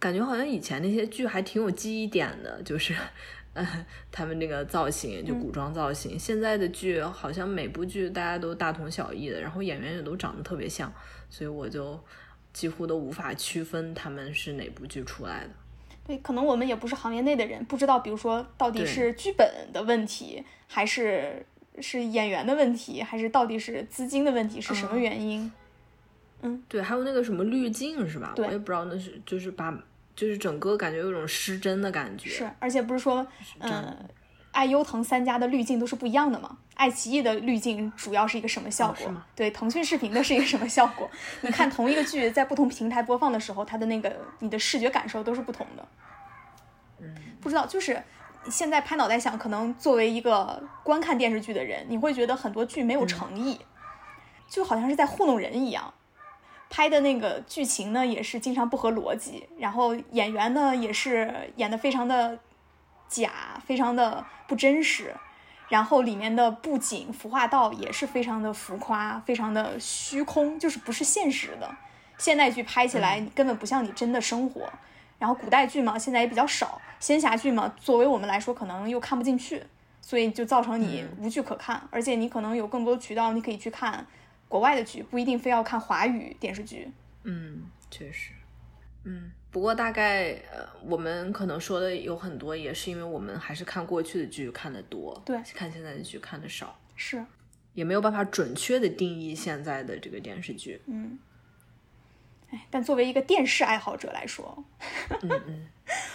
S1: 感觉好像以前那些剧还挺有记忆点的，就是。呃，他们那个造型就古装造型，现在的剧好像每部剧大家都大同小异的，然后演员也都长得特别像，所以我就几乎都无法区分他们是哪部剧出来的。
S2: 对，可能我们也不是行业内的人，不知道，比如说到底
S1: 对
S2: 是剧本的问题，还是是演员的问题，还是到底是资金的问题，是什么
S1: 嗯
S2: 原因？
S1: 对，还有那个什么滤镜是吧？我
S2: 对
S1: 也不知道那是就是把就是整个感觉有种失真的感觉。
S2: 是，而且不是说，
S1: 这样
S2: 嗯，爱优腾三家的滤镜都是不一样的嘛？爱奇艺的滤镜主要是一个什么效
S1: 哦是
S2: 果？
S1: 吗
S2: 对，腾讯视频的是一个什么效果？ [LAUGHS] 你看同一个剧在不同平台播放的时候，它的那个你的视觉感受都是不同的。嗯，不知道，就是现在拍脑袋想，可能作为一个观看电视剧的人，你会觉得很多剧没有诚
S1: 嗯
S2: 意，就好像是在糊弄人一样。拍的那个剧情呢，也是经常不合逻辑，然后演员呢也是演的非常的假，非常的不真实，然后里面的布景、服化道也是非常的浮夸，非常的虚空，就是不是现实的。现代剧拍起来，你根本不像你真的生活。然后古代剧嘛，现在也比较少；仙侠剧嘛，作为我们来说，可能又看不进去，所以就造成你无剧可看，而且你可能有更多渠道，你可以去看国外的剧，不一定非要看华语电视剧。
S1: 嗯，确实。嗯，不过大概呃，我们可能说的有很多，也是因为我们还是看过去的剧看的多，
S2: 对
S1: 看现在的剧看的少，
S2: 是，
S1: 也没有办法准确的定义现在的这个电视剧。
S2: 嗯，哎，但作为一个电视爱好者来说，
S1: 嗯嗯，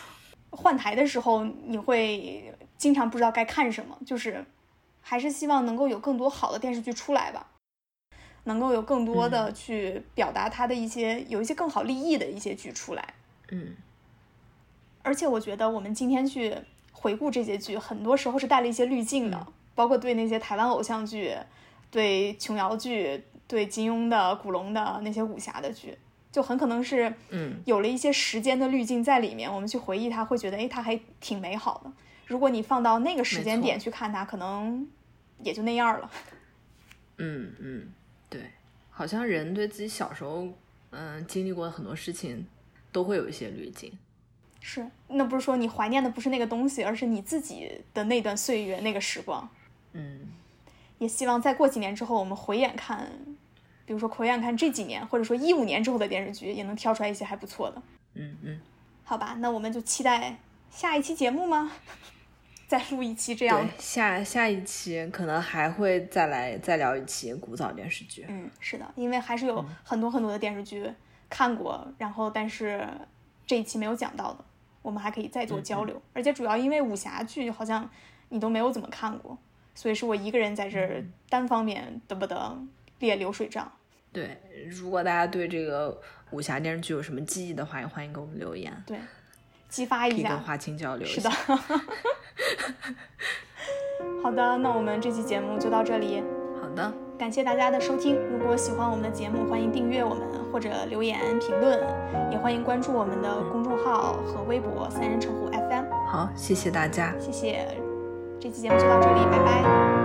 S2: [LAUGHS] 换台的时候，你会经常不知道该看什么，就是还是希望能够有更多好的电视剧出来吧，能够有更多的
S1: 嗯
S2: 去表达它的一些、有一些更好立意的一些剧出来。
S1: 嗯，
S2: 而且我觉得我们今天去回顾这些剧，很多时候是带了一些滤镜的，
S1: 嗯
S2: 包括对那些台湾偶像剧、对琼瑶剧、对金庸的、古龙的那些武侠的剧，就很可能是
S1: 嗯
S2: 有了一些时间的滤镜在里面，我们去回忆它，会觉得诶，它还挺美好的。如果你放到那个时间
S1: 没错
S2: 点去看它，可能也就那样了。 [LAUGHS]
S1: 嗯嗯，对，好像人对自己小时候嗯、经历过的很多事情，都会有一些滤镜。
S2: 是，那不是说你怀念的不是那个东西，而是你自己的那段岁月、那个时光。
S1: 嗯。
S2: 也希望再过几年之后，我们回眼看，比如说回眼看这几年，或者说一五年之后的电视剧，也能挑出来一些还不错的，
S1: 嗯嗯，
S2: 好吧？那我们就期待下一期节目吗？ [LAUGHS] 再录一期这样
S1: 对
S2: 的。，
S1: 下下一期可能还会再来再聊一期古早电视剧。
S2: 嗯，是的，因为还是
S1: 嗯
S2: 有很多很多的电视剧看过，然后但是这一期没有讲到的，我们还可以再
S1: 嗯
S2: 做交流。而且主要因为武侠剧好像你都没有怎么看过，所以是我一个人在这儿
S1: 嗯
S2: 单方面嘚不嘚列流水账。
S1: 对，如果大家对这个武侠电视剧有什么记忆的话，也欢迎给我们留言，
S2: 对，激发
S1: 可以
S2: 一下
S1: 跟。花青交流一
S2: 是
S1: 下
S2: 的。。 [LAUGHS] 好的，那我们这期节目就到这里，
S1: 好的，
S2: 感谢大家的收听。如果喜欢我们的节目，欢迎订阅我们或者留言评论，也欢迎关注我们的公众号和微博“三人成虎 FM”。
S1: 好，谢谢大家。
S2: 谢谢，这期节目就到这里，拜拜。